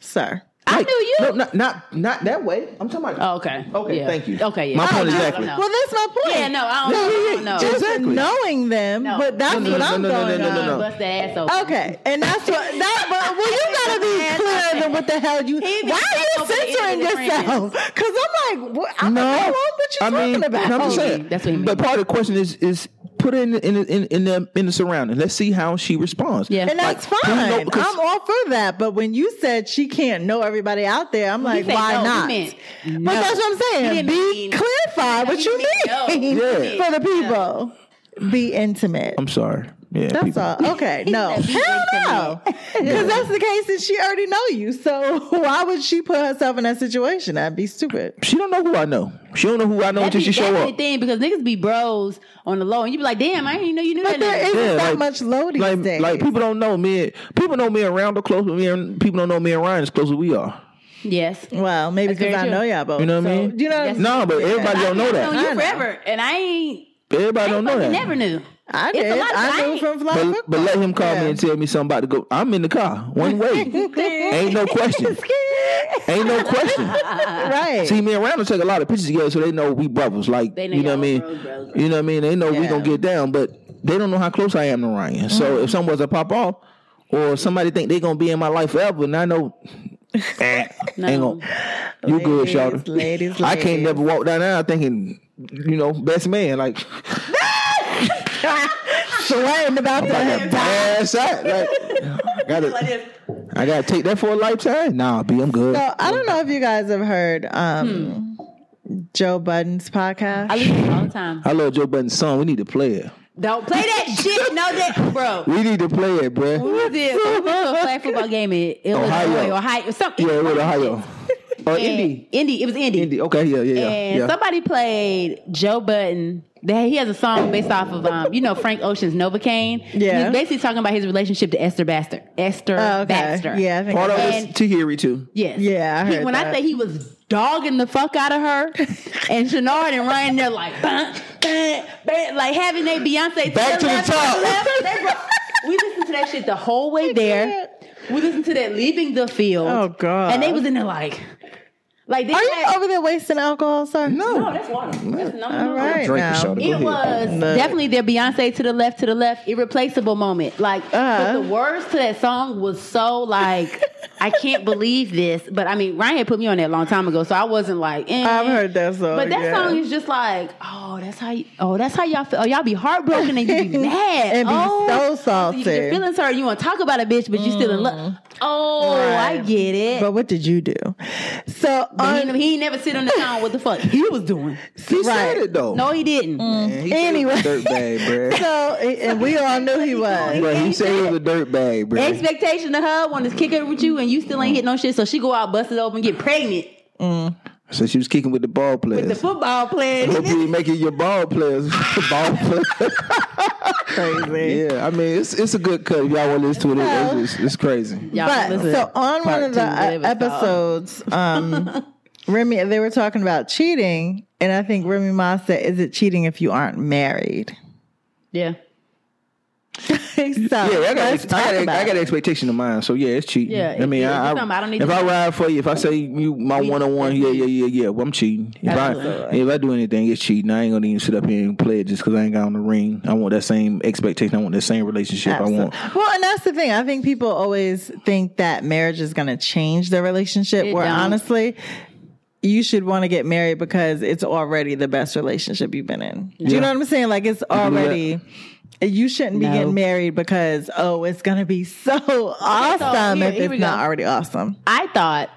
A: sir.
C: I
E: Like,
C: knew you.
E: No, not, not not that way. I'm talking about.
C: Oh, okay.
E: Okay,
C: Yeah.
E: thank you.
C: Okay, yeah.
E: My point
C: I don't
E: exactly.
C: know.
A: Well, that's my point.
C: Yeah, no, I don't,
E: Yeah, yeah,
C: I
E: yeah.
C: don't know.
A: Just
E: Exactly.
A: knowing them,
C: No.
A: but that's
E: No, no,
A: what
E: no,
A: I'm
E: no, no, no,
A: going
E: no, no,
A: on.
E: no.
C: Bust the ass open.
A: Okay, and that's what that. But well, you gotta be clear than what the hell you.
C: He be
A: Why are you
C: over the
A: censoring
C: end of the
A: yourself? Because I'm like, what, I don't know what you
E: I
A: talking
E: mean,
A: about.
E: I'm just saying.
C: That's what he means.
E: But part of the question is is put her in the, in the, in, in the in the surrounding. Let's see how she responds.
C: Yeah.
A: And that's
E: Like, who
A: fine.
E: know- 'cause-
A: I'm all for that. But when you said she can't know everybody out there, I'm like,
C: said
A: why
C: no, he
A: not?
C: meant
A: but
C: no.
A: that's what I'm
C: He
A: saying.
C: didn't
A: Be
C: mean-
A: clarified
C: he
A: what you
C: didn't mean
A: mean
C: no.
E: Yeah.
A: for the people. Be intimate.
E: I'm sorry. Yeah.
A: That's
E: people.
A: all. Okay, no,
C: said be
A: hell no, because that's the case, and she already know you. So why would she put herself in that situation? That'd be stupid.
E: She don't know who I know. She don't know who I know
C: That
E: until
C: be,
E: she show
C: that be the
E: up.
C: thing because niggas be bros on the low and you be like, damn, I didn't even know you knew
A: But
C: that. nigga.
A: there isn't
E: Yeah,
A: that
E: like-
A: much low these
E: Like,
A: days.
E: like people don't know me. People know me around the close, but me and people don't know me and Ryan as close as we are.
C: Yes.
A: well, maybe
C: That's very
A: because I
C: true.
A: know y'all both.
E: You know what I
A: So,
E: mean?
A: You know what
C: Yes.
A: I'm
E: No, but everybody don't know
C: I've known
E: that.
C: you
A: I know.
C: forever, and I ain't.
E: Everybody
C: I
E: don't know that.
C: Never knew.
A: I
C: It's a
A: did.
C: lot of-
A: I knew
C: ain't-
A: from fly
E: But,
A: football.
E: but let him call
A: Yeah.
E: me and tell me something about to go. I'm in the car one way. Ain't no question. Ain't no question.
A: right.
E: See, me and Randall take a lot of pictures together, so they know we brothers. Like,
C: They know
E: you know what
C: y'all
E: I mean?
C: bros, bros, bros.
E: You know what I mean? They know we
A: Yeah. Mm-hmm.
E: gonna get down, but they don't know how close I am to Ryan. So if someone was to pop off, or somebody think they gonna be in my life forever, and I know, eh, ain't
C: No.
E: gonna. You good,
A: Ladies,
E: Shawty?
A: ladies,
E: I can't
A: ladies.
E: never walk down there thinking, you know, best man. Like,
A: Sweating about
E: like a
A: that.
E: bad out. Like, I gotta, I gotta take that for a lifetime. Nah, B, I'm good.
A: So I don't know if you guys have heard um, Joe Budden's podcast.
C: Hmm. I listen to it all the time.
E: I love Joe Button's song. We need to play it.
C: Don't play that shit. No, that bro.
E: We need to play it,
C: We
E: bruh.
C: was there. We went to a flag football game in Illinois,
E: Ohio.
C: Ohio, Ohio, something.
E: Yeah, it was Ohio. Or
C: And-
E: Indy.
C: Indy. It was Indy.
E: Indy. Okay, yeah, yeah, yeah.
C: And
E: yeah.
C: somebody played Joe Button. They- He has a song based off of um, you know, Frank Ocean's Novocaine.
A: Yeah.
C: He's basically talking about his relationship to Esther Baxter. Esther
A: Oh, okay.
C: Baxter.
A: Yeah, I think
E: Part of
A: I-
E: it's Tahiri too.
C: Yes.
A: Yeah, I
C: He-
A: heard
C: when
A: that.
C: I say he was dogging the fuck out of her, and Shenard and Ryan, they're like, "Bun, bun, bun," like having they Beyonce
E: Back to the
C: left,
E: top.
C: left. They bro- we listened to that shit the whole way there. We listened to that leaving the field.
A: Oh, God.
C: And they was in there like. Like they
A: Are you
C: had-
A: over there wasting alcohol, sir?
E: No.
C: No, that's water. That's no,
A: All
C: no, no.
A: right.
E: Drink
A: now.
E: it, Shawty. Go
C: It was
E: ahead.
A: Look.
C: definitely their Beyonce to the left, to the left, irreplaceable moment. Like,
A: Uh-huh.
C: but the words to that song was so like, I can't believe this. But I mean, Ryan had put me on that a long time ago, so I wasn't like, eh.
A: I've heard that song,
C: But that
A: yeah.
C: song is just like, oh, that's how, you, oh, that's how y'all feel. Oh, y'all be heartbroken and you be mad
A: And be
C: oh,
A: so
C: You
A: salty. Mm.
C: get your feelings hurt. You want to talk about a bitch, but you still in love. Oh, I
A: Right.
C: get it.
A: But what did you do? So
C: But
A: on,
C: he, he ain't never sit on the song. What the fuck he was doing?
E: He
A: Right.
E: said it though.
C: No, he didn't.
A: Mm.
E: he
A: Anyway.
E: said dirt bag, bro.
A: so and we all knew he was.
E: Bro, he said he was a dirt bag, bro.
C: expectation of her want to kick it with you and you still ain't hit no shit so she go out bust it open get pregnant
E: So she was kicking with the ball players.
C: with the football player
E: Hope you make it your ball players. ball players.
A: Crazy.
E: yeah, I mean it's it's a good cut. If y'all want to listen to it, it's, just, it's crazy.
C: Y'all
A: But
C: listen.
A: so on one
E: Part
A: of the
C: two,
A: uh,
C: whatever it's
A: episodes, um, Remy, they were talking about cheating, and I think Remy Ma said, "Is it cheating if you aren't married?"
C: yeah
A: so
E: Yeah, I got,
A: let's
E: ex-
A: talk
E: I, got,
A: about
E: I got
A: it.
E: expectation of mine, so yeah, it's cheating.
C: Yeah,
E: I mean,
C: if- if
E: I,
C: it's something I don't need
E: if
C: to
E: I
C: do-
E: ride for you, if I say you my one on one, yeah, yeah, yeah, yeah, well, I'm cheating. If
C: Absolutely.
E: I if I do anything, it's cheating. I ain't gonna even sit up here and play it just because I ain't got on the ring. I want that same expectation. I want that same relationship. I want.
A: Absolutely. Well, and that's the thing. I think people always think that marriage is going to change their relationship.
C: It
A: where
C: don't.
A: honestly, you should want to get married because it's already the best relationship you've been in. Do you know what I'm saying? Like it's already. You shouldn't be
C: No.
A: getting married because oh, it's gonna be so awesome
C: here-
A: if
C: here we
A: it's not
C: go.
A: already awesome.
C: I thought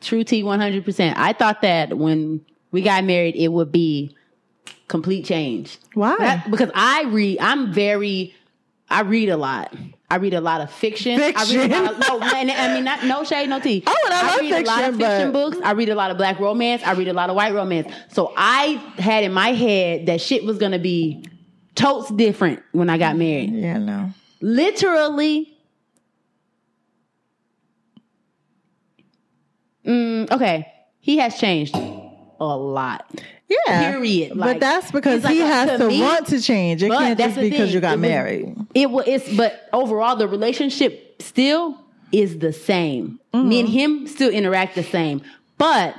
C: true T 100% I thought that when we got married it would be complete change
A: Why?
C: That- because I read I'm very I read a lot I read a lot of fiction. I read a lot of, no, and- I mean, not, no shade, no tea.
A: Oh, and I love
C: read a lot
A: fiction,
C: of
A: but-
C: fiction books. I read a lot of black romance. I read a lot of white romance. So I had in my head that shit was gonna be totes different when I got married.
A: yeah, no.
C: Literally. Mm, okay, he has changed a lot.
A: Yeah.
C: Period.
A: but
C: Like,
A: that's because
C: it's like, uh,
A: he
C: to
A: has to
C: me-
A: want to change. It
C: but
A: can't
C: that's
A: just
C: the
A: be because
C: thing.
A: you got
C: It was-
A: married.
C: It was. It's but overall, the relationship still is the same. Me and him still interact the same, but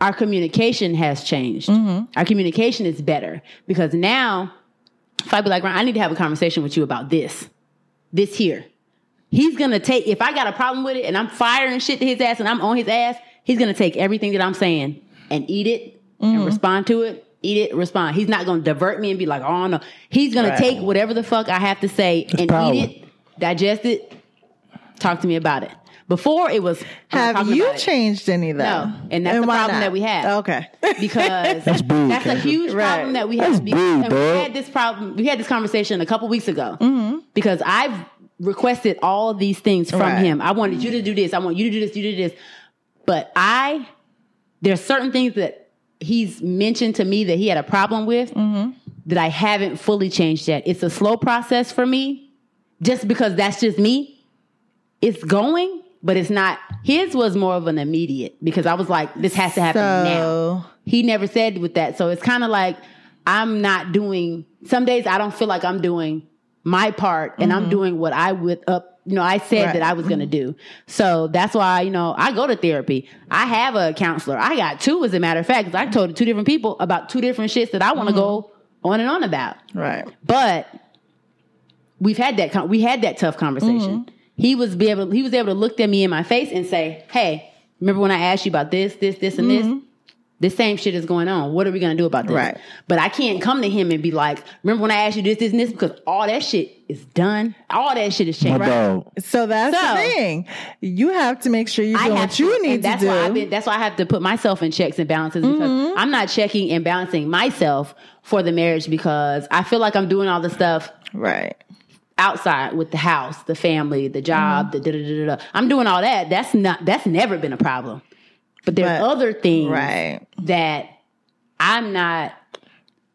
C: our communication has changed. Our communication is better because now, if I be like, "Ron, I need to have a conversation with you about this, this here. He's gonna take if I got a problem with it and I'm firing shit to his ass and I'm on his ass. He's gonna take everything that I'm saying and eat it and respond to it. Eat it, respond. He's not gonna divert me and be like, "Oh no." He's gonna
A: Right.
C: take whatever the fuck I have to say and
E: power.
C: eat it, digest it, talk to me about it. Before it was I'm not
A: Have
C: talking
A: you
C: about it.
A: changed any though?
C: No, and that's the
A: why
C: problem
A: not?
C: that we have.
A: Okay.
C: because
E: That's
C: that's,
E: bull,
C: a
E: Kendra.
C: huge
A: Right.
C: problem that we
E: That's
C: have.
E: bull,
C: and we
E: dog. Mm-hmm.
C: had this problem. We had this conversation a couple weeks ago because I've requested all of these things from
A: Right.
C: him. I wanted you to do this. I want you to do this. You do this. But I, there's certain things that he's mentioned to me that he had a problem with
E: Mm-hmm.
C: that I haven't fully changed yet. It's a slow process for me, just because that's just me it's going, but it's not. His was more of an immediate because I was like, this has to happen now.
A: So
C: He never said with that. So it's kind of like I'm not doing, some days I don't feel like I'm doing my part and I'm doing what I would up, you know, I said
A: Right.
C: that I was going to do. So that's why, you know, I go to therapy. I have a counselor. I got two, as a matter of fact, 'cause I told two different people about two different shits that I want to go on and on about.
A: right.
C: But we've had that con- we had that tough conversation.
A: Mm-hmm.
C: He was be able he was able to look at me in my face and say, "Hey, remember when I asked you about this, this, this, and this? This same shit is going on. What are we gonna do about this?"
A: Mm-hmm. Right.
C: But I can't come to him and be like, "Remember when I asked you this, this, and this?" Because all that shit is done. All that shit is
E: My
C: changed.
E: dog.
A: So that's
C: So-
A: the thing. You have to make sure you
C: I
A: do
C: have
A: what you
C: to,
A: need
C: and that's
A: to do. Mm-hmm.
C: Why I've been, that's why I have to put myself in checks and balances because I'm not checking and balancing myself for the marriage because I feel like I'm doing all the stuff
A: right.
E: Mm-hmm.
C: outside with the house, the family, the job,
A: Mm-hmm.
C: the da da da da da. I'm doing all that. That's not that's never been a problem. But there's
A: But-
C: other things
A: Right.
C: that I'm not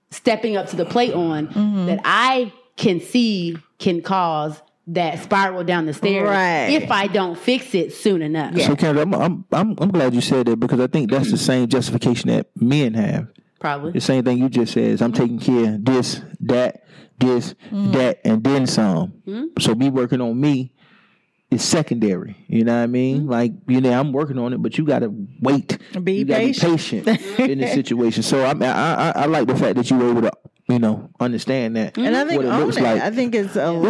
C: stepping up to the plate on
A: Mm-hmm.
C: that I can see can cause that spiral down the stairs
A: Right.
C: if I don't fix it soon enough.
E: So, Kendra, I'm, I'm I'm I'm glad you said that because I think that's
C: Mm.
E: the same justification that men have. The
C: Probably.
E: same thing you just said is I'm taking care of this,
A: Mm. Hmm?
E: that, this, that, and then some. So me working on me is secondary. You know what I mean? Like, you know, I'm working on it, but you got to wait.
A: Hmm? Be
E: you gotta
A: patient.
E: Be patient in this situation. So I'm, I, I, I like the fact that you were able to, you know, understand that.
A: And I think
E: what it
A: own
E: looks
A: it.
E: like.
A: I think it's a lot absolutely.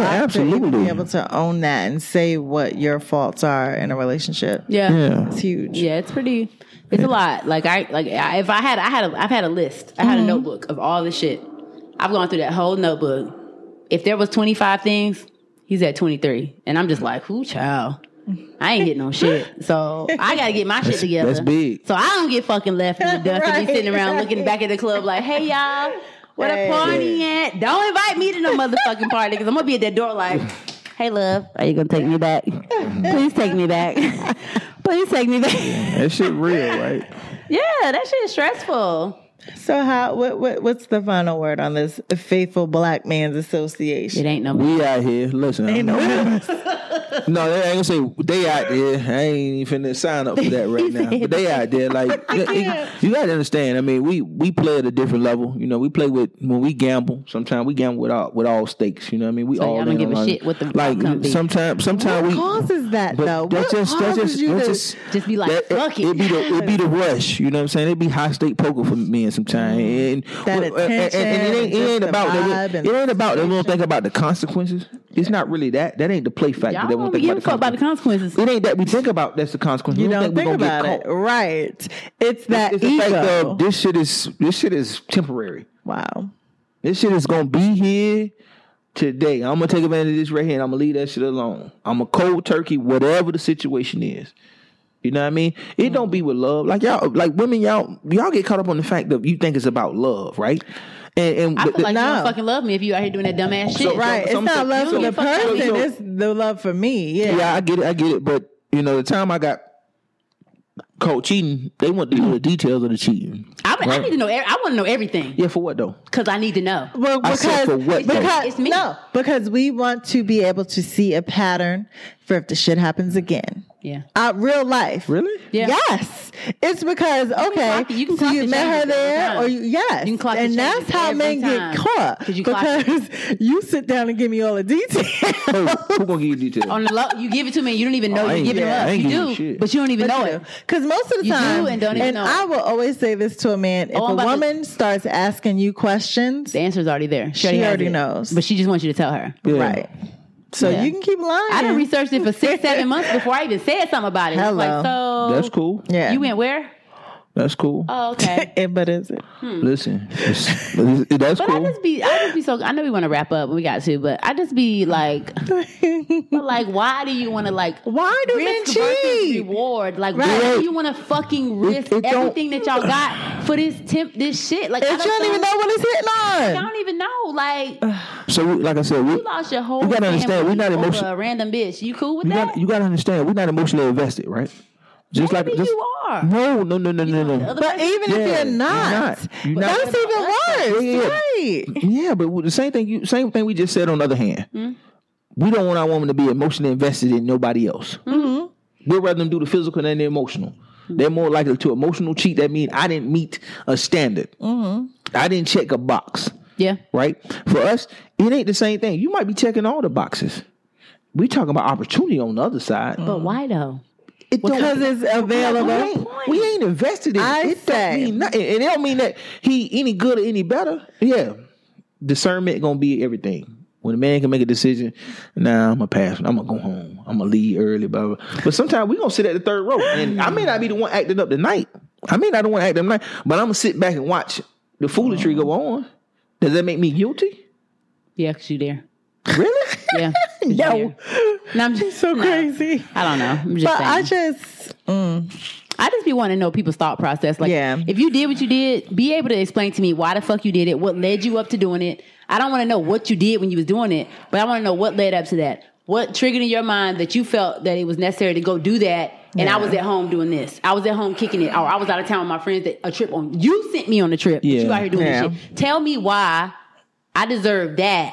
A: to
E: absolutely.
A: be able to own that and say what your faults are in a relationship.
C: Yeah.
E: yeah.
A: It's huge.
C: Yeah, it's pretty. It's a lot. Like I like I, if I had I had a, I've had a list. I
E: Mm-hmm.
C: had a notebook of all the shit. I've gone through that whole notebook. If there was twenty five things, he's at twenty three, and I'm just like, who child? I ain't hitting no shit. So I gotta get my shit together.
E: that's big.
C: So I don't get fucking left in the dust and
A: Right,
C: be sitting around
A: right.
C: looking back at the club like, hey y'all, what
A: Hey.
C: a party at? Don't invite me to no motherfucking party because I'm gonna be at that door like, hey love, are you gonna take me back? Please take me back. Please take me back.
E: That shit real, right?
C: Yeah, that shit is stressful.
A: So how what, what what's the final word on this faithful black man's association?
C: It ain't no.
E: We out here. Listen, ain't no, no, they ain't gonna say they out there. I ain't even finna sign up for that right now. But they out there, like you gotta understand. I mean, we we play at a different level. You know, we play with when we gamble. Sometimes we gamble with all with all stakes. You know what I mean? We
C: y'all
E: all
C: don't
E: in
C: give
E: on
C: a
E: life.
C: shit what the outcome
E: like.
C: be.
E: Sometimes
A: What
E: sometimes we
A: causes that
E: but
A: though? What causes you to
C: just be like, "Fuck it."
E: It'd be, the, it'd be the rush. You know what I'm saying? It'd be high stake poker for men sometimes. And,
A: Mm-hmm. That
E: well, uh, and- and- and
A: attention
E: it ain't, it
A: and
E: ain't
A: just
E: about
A: the
E: that.
A: vibe
E: It
A: and
E: ain't about they won't think about the consequences. It's not really that. That ain't the play factor.
C: Y'all
E: they
C: don't
E: won't
C: be
E: think
C: giving a
E: about the,
C: fuck about the consequences.
E: consequences. It ain't that we think about that's the consequence.
A: You
E: we
A: don't think
E: we're gonna
A: about
E: get
A: it.
E: caught.
A: Right. It's that
E: It's the
A: ego.
E: fact of this shit is this shit is temporary.
A: wow.
E: This shit is gonna be here today. I'm gonna take advantage of this right here and I'm gonna leave that shit alone. I'm a cold turkey, whatever the situation is. You know what I mean? It don't be with love. Like y'all like women, y'all y'all get caught up on the fact that you think it's about love, right? And and
C: I
E: but
C: feel like
E: the-
C: you
A: no.
C: don't fucking love me if you out here doing that dumb ass shit.
A: Right.
E: so-
A: it's not
E: so-
A: love
E: so-
A: for the
C: so- so-
A: person,
E: so-
A: it's the love for me. Yeah.
E: yeah, I get it, I get it. But you know, the time I got caught cheating, they want to know the details of the cheating.
C: I, I
E: Right.
C: need to know. ev- I want to know everything
E: Yeah, for what though?
C: because I need to know.
A: Well,
E: I
A: because,
E: said for what, though?
A: because
C: It's me.
A: no, because we want to be able to see a pattern for if the shit happens again.
C: Yeah.
A: Uh, real life.
E: Really?
C: Yeah.
A: Yes. It's because okay,
C: clock- you can
A: so
C: clock
A: you
C: the
A: met her
C: changes every
A: there,
C: time.
A: or you, yes,
C: You can clock the
A: and that's
C: changes
A: how
C: every
A: men
C: time.
A: get caught
C: 'Cause you clock it.
A: because you sit down and give me all the details.
E: Hey, Oh, who gonna give you details?
C: On the low, you give it to me, and you don't even know
E: I
C: you
E: ain't-
C: give it
E: yeah, I
C: up.
E: ain't
C: You
E: giving
C: do,
E: a shit.
C: but you don't even know it.
A: Because most of the
C: You do
A: time,
C: and don't even know it.
A: I will always say this to a man: if
C: I'm
A: a
C: about to-
A: woman starts asking you questions,
C: The answer's already there.
A: She
C: has
A: already
C: it.
A: knows.
C: but she just wants you to tell her.
E: Yeah.
A: right? So
C: Yeah.
A: you can keep lying.
C: I done researched it for six, seven months before I even said something about it. It's
A: Hello.
C: Like, so
E: That's cool.
A: Yeah.
C: You went where?
E: That's cool.
C: Oh, okay.
A: Eh, but is it?
E: Listen, it's- it's- that's
C: Um. But
E: cool.
C: I just be, I just be so. I know we want to wrap up, we got to. But I just be like, but like, why do you want to like?
A: Why do men
C: risk versus
A: cheat?
C: reward? Like,
A: Right.
C: why do you want to fucking risk
E: it don't-
C: everything that y'all got for this temp, this shit? Like, I
A: And you don't even know what it's hitting
C: Y'all
A: on.
C: don't even know. Like,
E: So, we- like I said, we,
C: you lost your whole.
E: You gotta understand, we're
C: family
E: not
C: over
E: emotional.
C: A random bitch. You cool with
E: You
C: that?
E: got you got to understand, we're not emotionally invested, right? Just
C: Maybe
E: like just,
C: you are.
E: No, no, no, no, no, no.
C: Other
A: But
C: person-
A: even if you're
E: Yeah, you're
A: not,
E: not. You're not.
A: that's even worse. Right.
E: yeah, but with the same thing you same thing we just said on the other hand.
C: Hmm?
E: We don't want our woman to be emotionally invested in nobody else.
C: Mm-hmm.
E: We'd rather them do the physical than the emotional. They're more likely to emotional cheat. That means I didn't meet a standard.
C: Mm-hmm.
E: I didn't check a box.
C: yeah.
E: right? For us, it ain't the same thing. You might be checking all the boxes. We talking about opportunity on the other side.
C: But why though?
E: It don't-
A: Because it's
E: we
A: available.
E: ain't, we ain't invested in
A: I
E: it. It don't
A: say-
E: mean nothing. And it don't mean that he any good or any better. Yeah. Discernment gonna be everything. When a man can make a decision, nah, I'm gonna pass. I'm gonna go home. I'm gonna leave early, blah, blah. But sometimes we gonna sit at the third row. And I may not be the one acting up tonight. I may not the one acting up tonight, but I'm gonna sit back and watch the foolery go on. Does that make me guilty?
C: Yeah, 'cause you there.
E: Really?
C: Yeah.
A: No.
C: No, I'm just
A: So
C: no.
A: crazy.
C: I don't know. I'm just
A: But
C: saying.
A: I just
C: I just be wanting to know people's thought process. Like,
A: Yeah.
C: if you did what you did, be able to explain to me why the fuck you did it, what led you up to doing it. I don't want to know what you did when you was doing it, but I want to know what led up to that. What triggered in your mind that you felt that it was necessary to go do that? And I was at home doing this. I was at home kicking it, or I was out of town with my friends. That a trip on you sent me on a trip. but you
E: Yeah.
C: out here doing
A: Yeah.
C: this shit. Tell me why I deserve that,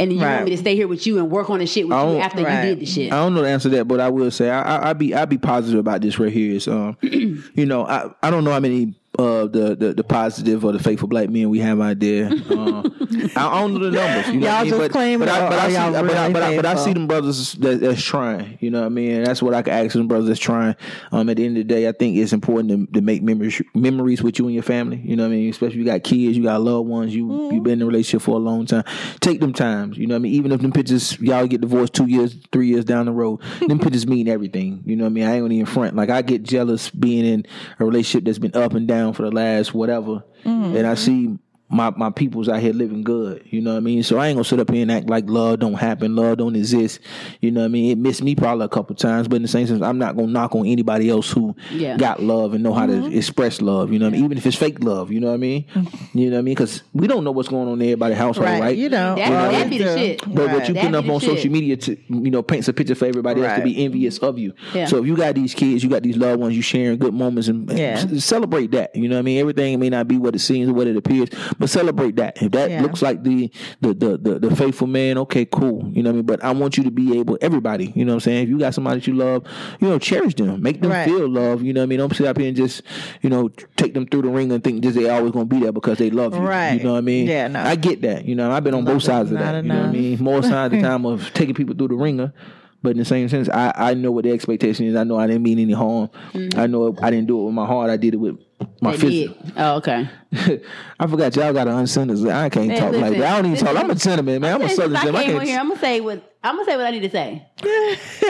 C: and you
A: Right. Oh,
C: want me to stay here with you and work on the shit with
E: I
C: you
E: don't-
C: after
A: Right.
C: you did the shit.
E: I don't know the answer to that, but I will say I, I, I be I be positive about this right here. Is um, you know, I, I don't know how many uh, the, the the positive or the faithful black men we have out there. Uh, I don't know the numbers. You know
A: Y'all
E: what I mean?
A: just
E: but,
A: claim
E: but I,
A: it,
E: but, I
A: or
E: see,
A: y'all
E: but, I,
A: really
E: but, I, but I see
A: faithful?
E: them brothers that, that's trying. You know what I mean? And that's what I can ask them brothers that's trying. Um, at the end of the day, I think it's important to, to make memories memories with you and your family. You know what I mean? Especially if you got kids, you got loved ones. You
A: Mm-hmm.
E: you've been in a relationship for a long time. Take them times. You know what I mean? Even if them pictures y'all get divorced two years, three years down the road, them pictures mean everything. You know what I mean? I ain't gonna even front. Like I get jealous being in a relationship that's been up and down for the last whatever,
A: Mm-hmm.
E: and I see my my people's out here living good. You know what I mean? So I ain't gonna sit up here and act like love don't happen, love don't exist. You know what I mean? It missed me probably a couple times, but in the same sense, I'm not gonna knock on anybody else who
C: Yeah.
E: got love and know how to express love. You know what I mean? Even if it's fake love. You know what I mean? you know what I mean? Because we don't know what's going on in everybody's household, right?
A: Right, you don't.
C: That-
A: Well,
C: that'd
A: we
C: be the
A: do.
C: shit.
E: But what
A: Right.
C: That'd
E: you putting up
C: be the
E: on
C: shit.
E: social media to you know paints a picture for everybody else to
A: Right.
E: be envious of you.
C: Yeah.
E: So if you got these kids, you got these loved ones, you sharing good moments and and
A: Yeah.
E: c- celebrate that. You know what I mean? Everything may not be what it seems or what it appears, but celebrate that. If that
A: Yeah.
E: looks like the the, the the the faithful man, okay, cool. You know what I mean? But I want you to be able everybody, you know what I'm saying? If you got somebody that you love, you know, cherish them. Make them
A: Right.
E: feel love. You know what I mean? Don't sit up here and just, you know, take them through the ring and think just they always gonna be there because they love you.
A: Right.
E: You know what I mean?
A: Yeah, no.
E: I get that. You know, I've been on both
A: is
E: sides of
A: not
E: that. You know what I
A: enough.
E: mean? More sides of the time of taking people through the ringer. But in the same sense, I, I know what the expectation is. I know I didn't mean any harm. I know I didn't do it with my heart. I did it with my
C: Mm-hmm. They did.
E: physical.
C: Oh, okay.
E: I forgot y'all got to unsend this. I can't
C: Man,
E: talk like
C: listen,
E: that. I don't even
C: listen.
E: talk. I'm a gentleman, man. I'm a
C: Since
E: southern
C: I
E: gentleman. I
C: came on
E: can't.
C: here, I'm gonna say what I'm gonna say what I need to say.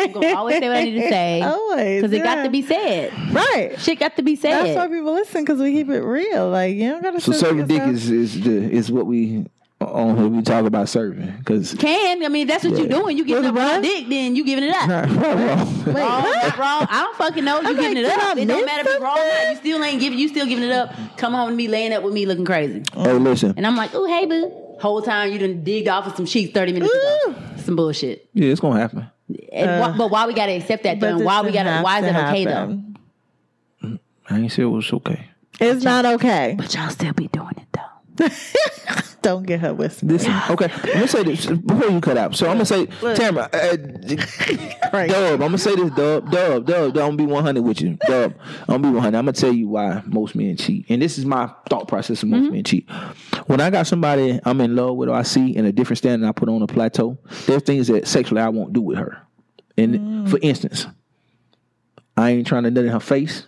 C: I'm gonna always say what I need to say.
A: Always,
C: because it
A: Oh, yeah.
C: got to be said.
A: Right.
C: Shit got to be said.
A: That's why people listen because we keep it real. Like you don't gotta.
E: so
A: sit
E: serving dick
A: yourself-
E: is is, the, is what we on here we talk about serving because.
C: Can I mean that's what you're doing? You giving up your dick, then you giving it up. Wrong, not wrong. I don't fucking know. You
A: I'm
C: giving
A: like,
C: it
A: did
C: up.
A: I
C: It don't
A: miss
C: matter if it's wrong. Or not.
A: something?
C: You still ain't giving. You still giving it up. Come home to me laying up with me looking crazy,
E: Hey, listen.
C: and I'm like, oh hey boo. Whole time you done digged off of some sheets thirty minutes ago. Some bullshit.
E: Yeah, it's gonna happen.
C: And why, but why we gotta accept that
A: Uh, But
C: though? And
A: this
C: Why we
A: shit
C: gotta?
A: has
C: Why is
A: to
C: it okay though?
A: happen.
E: I ain't say it was okay.
A: It's not okay.
C: But y'all still be doing it though.
A: Don't get her with
E: This okay. I'm gonna say this before you cut out. So I'm gonna say, Tamara, uh,
A: Right.
E: Dub. I'm gonna say this, Dub, Dub, Dub. I'm gonna be 100 with you, Dub. I'm gonna be 100. I'm gonna tell you why most men cheat, and this is my thought process of most men cheat. When I got somebody I'm in love with, or I see in a different standard I put on a plateau, there's things that sexually I won't do with her. And
A: Mm.
E: for instance, I ain't trying to nut in her face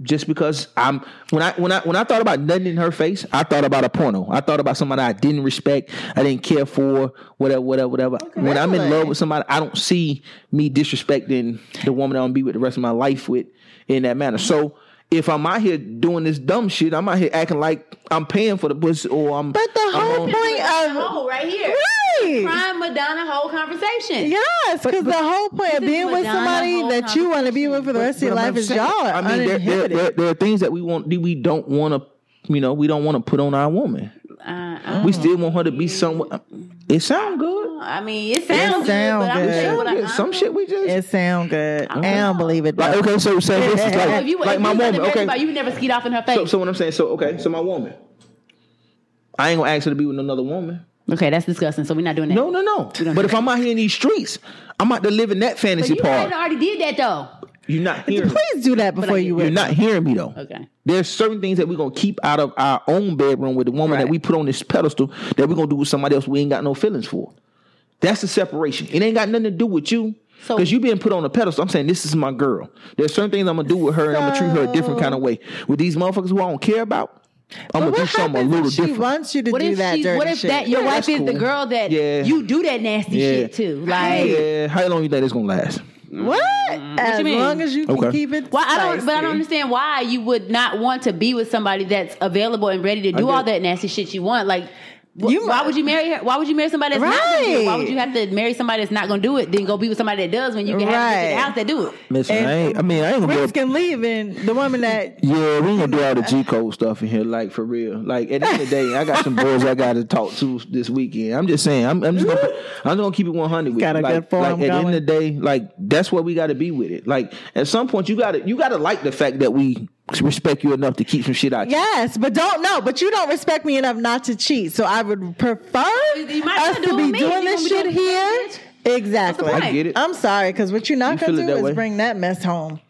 E: just because I'm when I when I when I thought about nothing in her face, I thought about a porno. I thought about somebody I didn't respect, I didn't care for, whatever, whatever, whatever. when I'm in love with somebody, I don't see me disrespecting the woman I'm gonna be with the rest of my life with in that manner. So if I'm out here doing this dumb shit, I'm out here acting like I'm paying for the pussy or I'm
A: But the
E: I'm
A: whole
E: on-
A: point
C: Madonna
A: of
C: Hole right here.
A: right.
C: Prime Madonna whole conversation.
A: Yes, because the whole point of
C: This is
A: being with
C: Madonna
A: somebody
C: whole
A: that you want to be with for the rest of your
E: But
A: life
E: I'm
A: is
E: saying,
A: y'all are
E: I mean, there, there,
A: uninhibited.
E: there, there are things that we want we don't want to, you know, we don't want to put on our woman.
C: Uh,
E: We still want her to be somewhere. It sound good.
C: I mean, it sounds good,
A: sound
C: but I'm
A: good.
C: gonna
A: It
C: tell you
E: Sound
C: what I,
E: good. Some shit we just
A: it sound good. I don't believe it.
E: like
A: though.
E: okay. So so this is
C: If
E: like
C: you,
E: like
C: if
E: my
C: you
E: woman.
C: wasn't
E: Okay.
C: married, You would never skied off in her face.
E: So so what I'm saying. So okay. So my woman. I ain't gonna ask her to be with another woman.
C: okay, that's disgusting. So we're not doing that.
E: No, no, no.
C: don't
E: But
C: do
E: if I'm out here in these streets, I'm out to live in that
C: but
E: fantasy
C: you
E: part.
C: kinda already did that though.
E: You're not hearing. me.
A: Please do that before
C: I-
A: you
E: You're
A: with.
E: not hearing me though.
C: Okay.
E: There's certain things that we're gonna keep out of our own bedroom with the woman that
C: Right.
E: we put on this pedestal that we're gonna do with somebody else we ain't got no feelings for. That's the separation. It ain't got nothing to do with you.
C: So-
E: Because you being put on a pedestal. I'm saying this is my girl. There's certain things I'm gonna do with her and I'm gonna treat her a different kind of way. With these motherfuckers who I don't care about, I'm
A: But
E: gonna do
A: what
E: something a
A: happens
E: little
A: if she
E: different.
A: wants you to
C: What
A: do
C: if
A: that
C: she?
A: dirty
C: What if
A: shit?
C: that your
E: Yeah,
C: wife
E: that's
C: is the
E: cool.
C: girl that
E: Yeah.
C: you do that nasty
E: Yeah.
C: shit to? Like,
E: yeah, how long you think it's gonna last?
A: What? as
C: mean?
A: long as you can
E: Okay.
A: keep it.
C: Well, I don't, but I don't
A: spicy.
C: understand why you would not want to be with somebody that's available and ready to do
E: get
C: all
E: it.
C: that nasty shit you want. Like, wh-
A: You
C: why
A: might-
C: would you marry her? Why would you marry somebody that's not? Gonna do it? Why would
A: Right.
C: you have to marry somebody that's not going to do it? Then go be with somebody that does when you can have a bitch in the
A: Right.
C: house that do it.
E: Listen, I,
A: And-
E: ain't, I mean, I ain't gonna be.
A: risking leaving the woman that
E: Yeah, we ain't gonna do all the G code stuff in here, like for real. Like at the end of the day, I got some boys I got to talk to this weekend. I'm just saying, I'm, I'm just gonna, I'm just gonna keep it 100 with
A: Got a
E: you. like,
A: good forum
E: like, at the end of
A: going.
E: the day, like that's what we got to be with it. Like at some point, you gotta, you gotta like the fact that we respect you enough to keep some shit out.
A: yes, but don't know. But you don't respect me enough not to cheat. So I would prefer
C: You might as
A: us
C: well
A: to
C: do it
A: be
C: with me.
A: doing
C: You
A: this
C: gonna
A: shit
C: be doing
A: here.
C: it,
A: Exactly.
C: That's the
E: I get it.
A: I'm sorry, because what you're not
E: feel
A: gonna
E: it
A: do
E: that
A: is
E: way?
A: bring that mess home.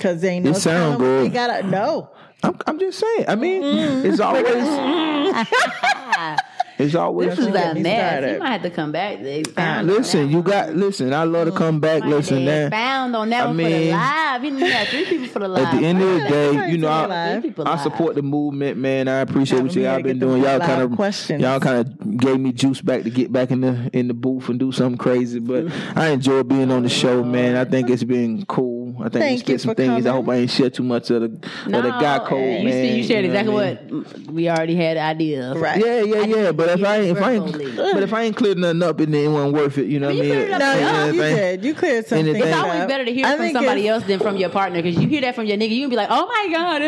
A: Cause they know
E: It sound
A: we
E: good.
A: gotta no.
E: I'm, I'm just saying. I mean,
C: Mm-hmm.
E: it's always. it's always.
C: This is
A: get
C: a
A: me
C: mess.
A: started.
C: You might have to come back. They found on
E: Uh, Listen,
C: that
E: you
C: one.
E: got. Listen, I love to come back.
C: Mm-hmm. My dad
E: Listen, that.
C: found on that
E: I
C: one for the
E: mean,
C: live. You know, we got three people for the live.
E: At the end of the day, you know,
A: Three
E: I,
C: people
E: I
C: live.
E: support the movement, man. I appreciate
A: Nah,
E: what
A: we
E: y'all
A: gotta
E: been
A: get them
E: doing. Y'all
A: live
E: kind of,
A: questions.
E: y'all kind of gave me juice back to get back in the in the booth and do something crazy. But I enjoy being on the show, man. I think it's been cool. I think
A: Thank
E: we spit
A: you
E: some
A: for
E: things. I hope
A: coming.
E: I ain't share too much of the
C: No, eh,
E: of the guy code,
C: you,
E: man.
C: see, you shared
E: know
C: exactly
E: I mean?
C: what, we already had idea of.
A: Right.
E: Yeah, yeah, yeah. But if
C: get
E: I
C: it
E: ain't, if I ain't,
C: verbally.
E: but if I ain't cleared nothing up, and it wasn't worth it. You know what I
C: You
E: mean?
C: cleared it up
A: No,
C: Yeah,
E: Yeah,
A: you, you
E: thank-
A: did. You cleared some
E: Anything.
A: things
E: It's
A: up.
C: Always better to hear
A: I
C: from
A: think
C: somebody
A: it's-
C: else than from your partner because you hear that from your nigga, you can be like, "Oh my god!"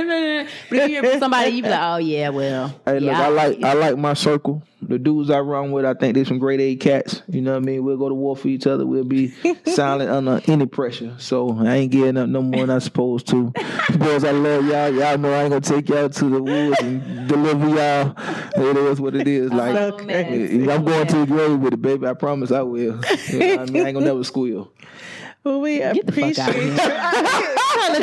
C: But if you hear it from somebody, you be like, "Oh yeah, well."
E: Hey, look,
C: yeah,
E: I like I like my circle. The dudes I run with, I think they some grade A cats. You know what I mean? We'll go to war for each other. We'll be silent under any pressure. So I ain't getting up no more than I'm supposed to. Boys, I love y'all. Y'all know I ain't gonna take y'all to the woods and deliver y'all. It is what it is. Like
C: Oh, man.
E: I'm going to the grave with it, baby. I promise I will. You know what I mean, I ain't gonna never squeal.
A: Well, we
C: Get the fuck out of
A: appreciate
C: here.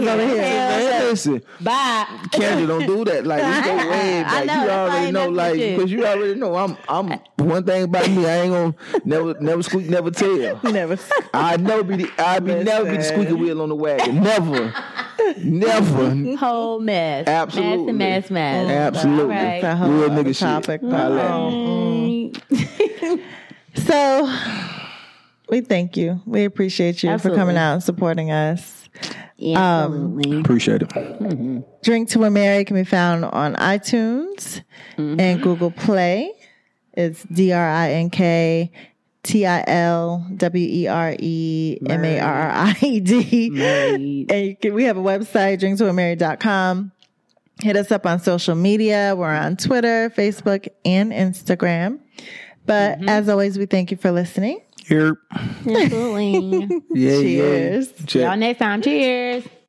E: Man, listen.
C: Bye.
E: Kendra, don't do that. Like we go way
C: I know,
E: back. you
C: that's why I
E: already
C: ain't
E: know,
C: messing
E: like,
C: with you.
E: because you already know. I'm, I'm one thing about me. I ain't gonna never, never squeak, never tell.
A: Never.
E: I know be the, I be never be the
A: Listen.
E: squeaky wheel on the wagon. Never, never.
C: Whole mess.
E: Absolutely.
C: Mass and mass, mass.
E: Absolutely.
C: Alright.
A: That's a whole
E: Real
A: other
E: nigga shit.
A: topic, but-
E: I like it.
C: Mm-hmm.
A: So we thank you. We appreciate you
C: Absolutely.
A: for coming out and supporting us.
C: Absolutely.
E: Um, Appreciate it.
A: Drink to a Mary can be found on iTunes and Google Play. It's D R I N K T I L W E R E M A R I E D.
C: Married.
A: And you can, we have a website, drinktoamary.com. Hit us up on social media. We're on Twitter, Facebook, and Instagram. But as always, we thank you for listening.
E: Here.
C: Absolutely.
E: Yeah,
A: Cheers.
E: yeah. Check.
C: Y'all next time. Cheers.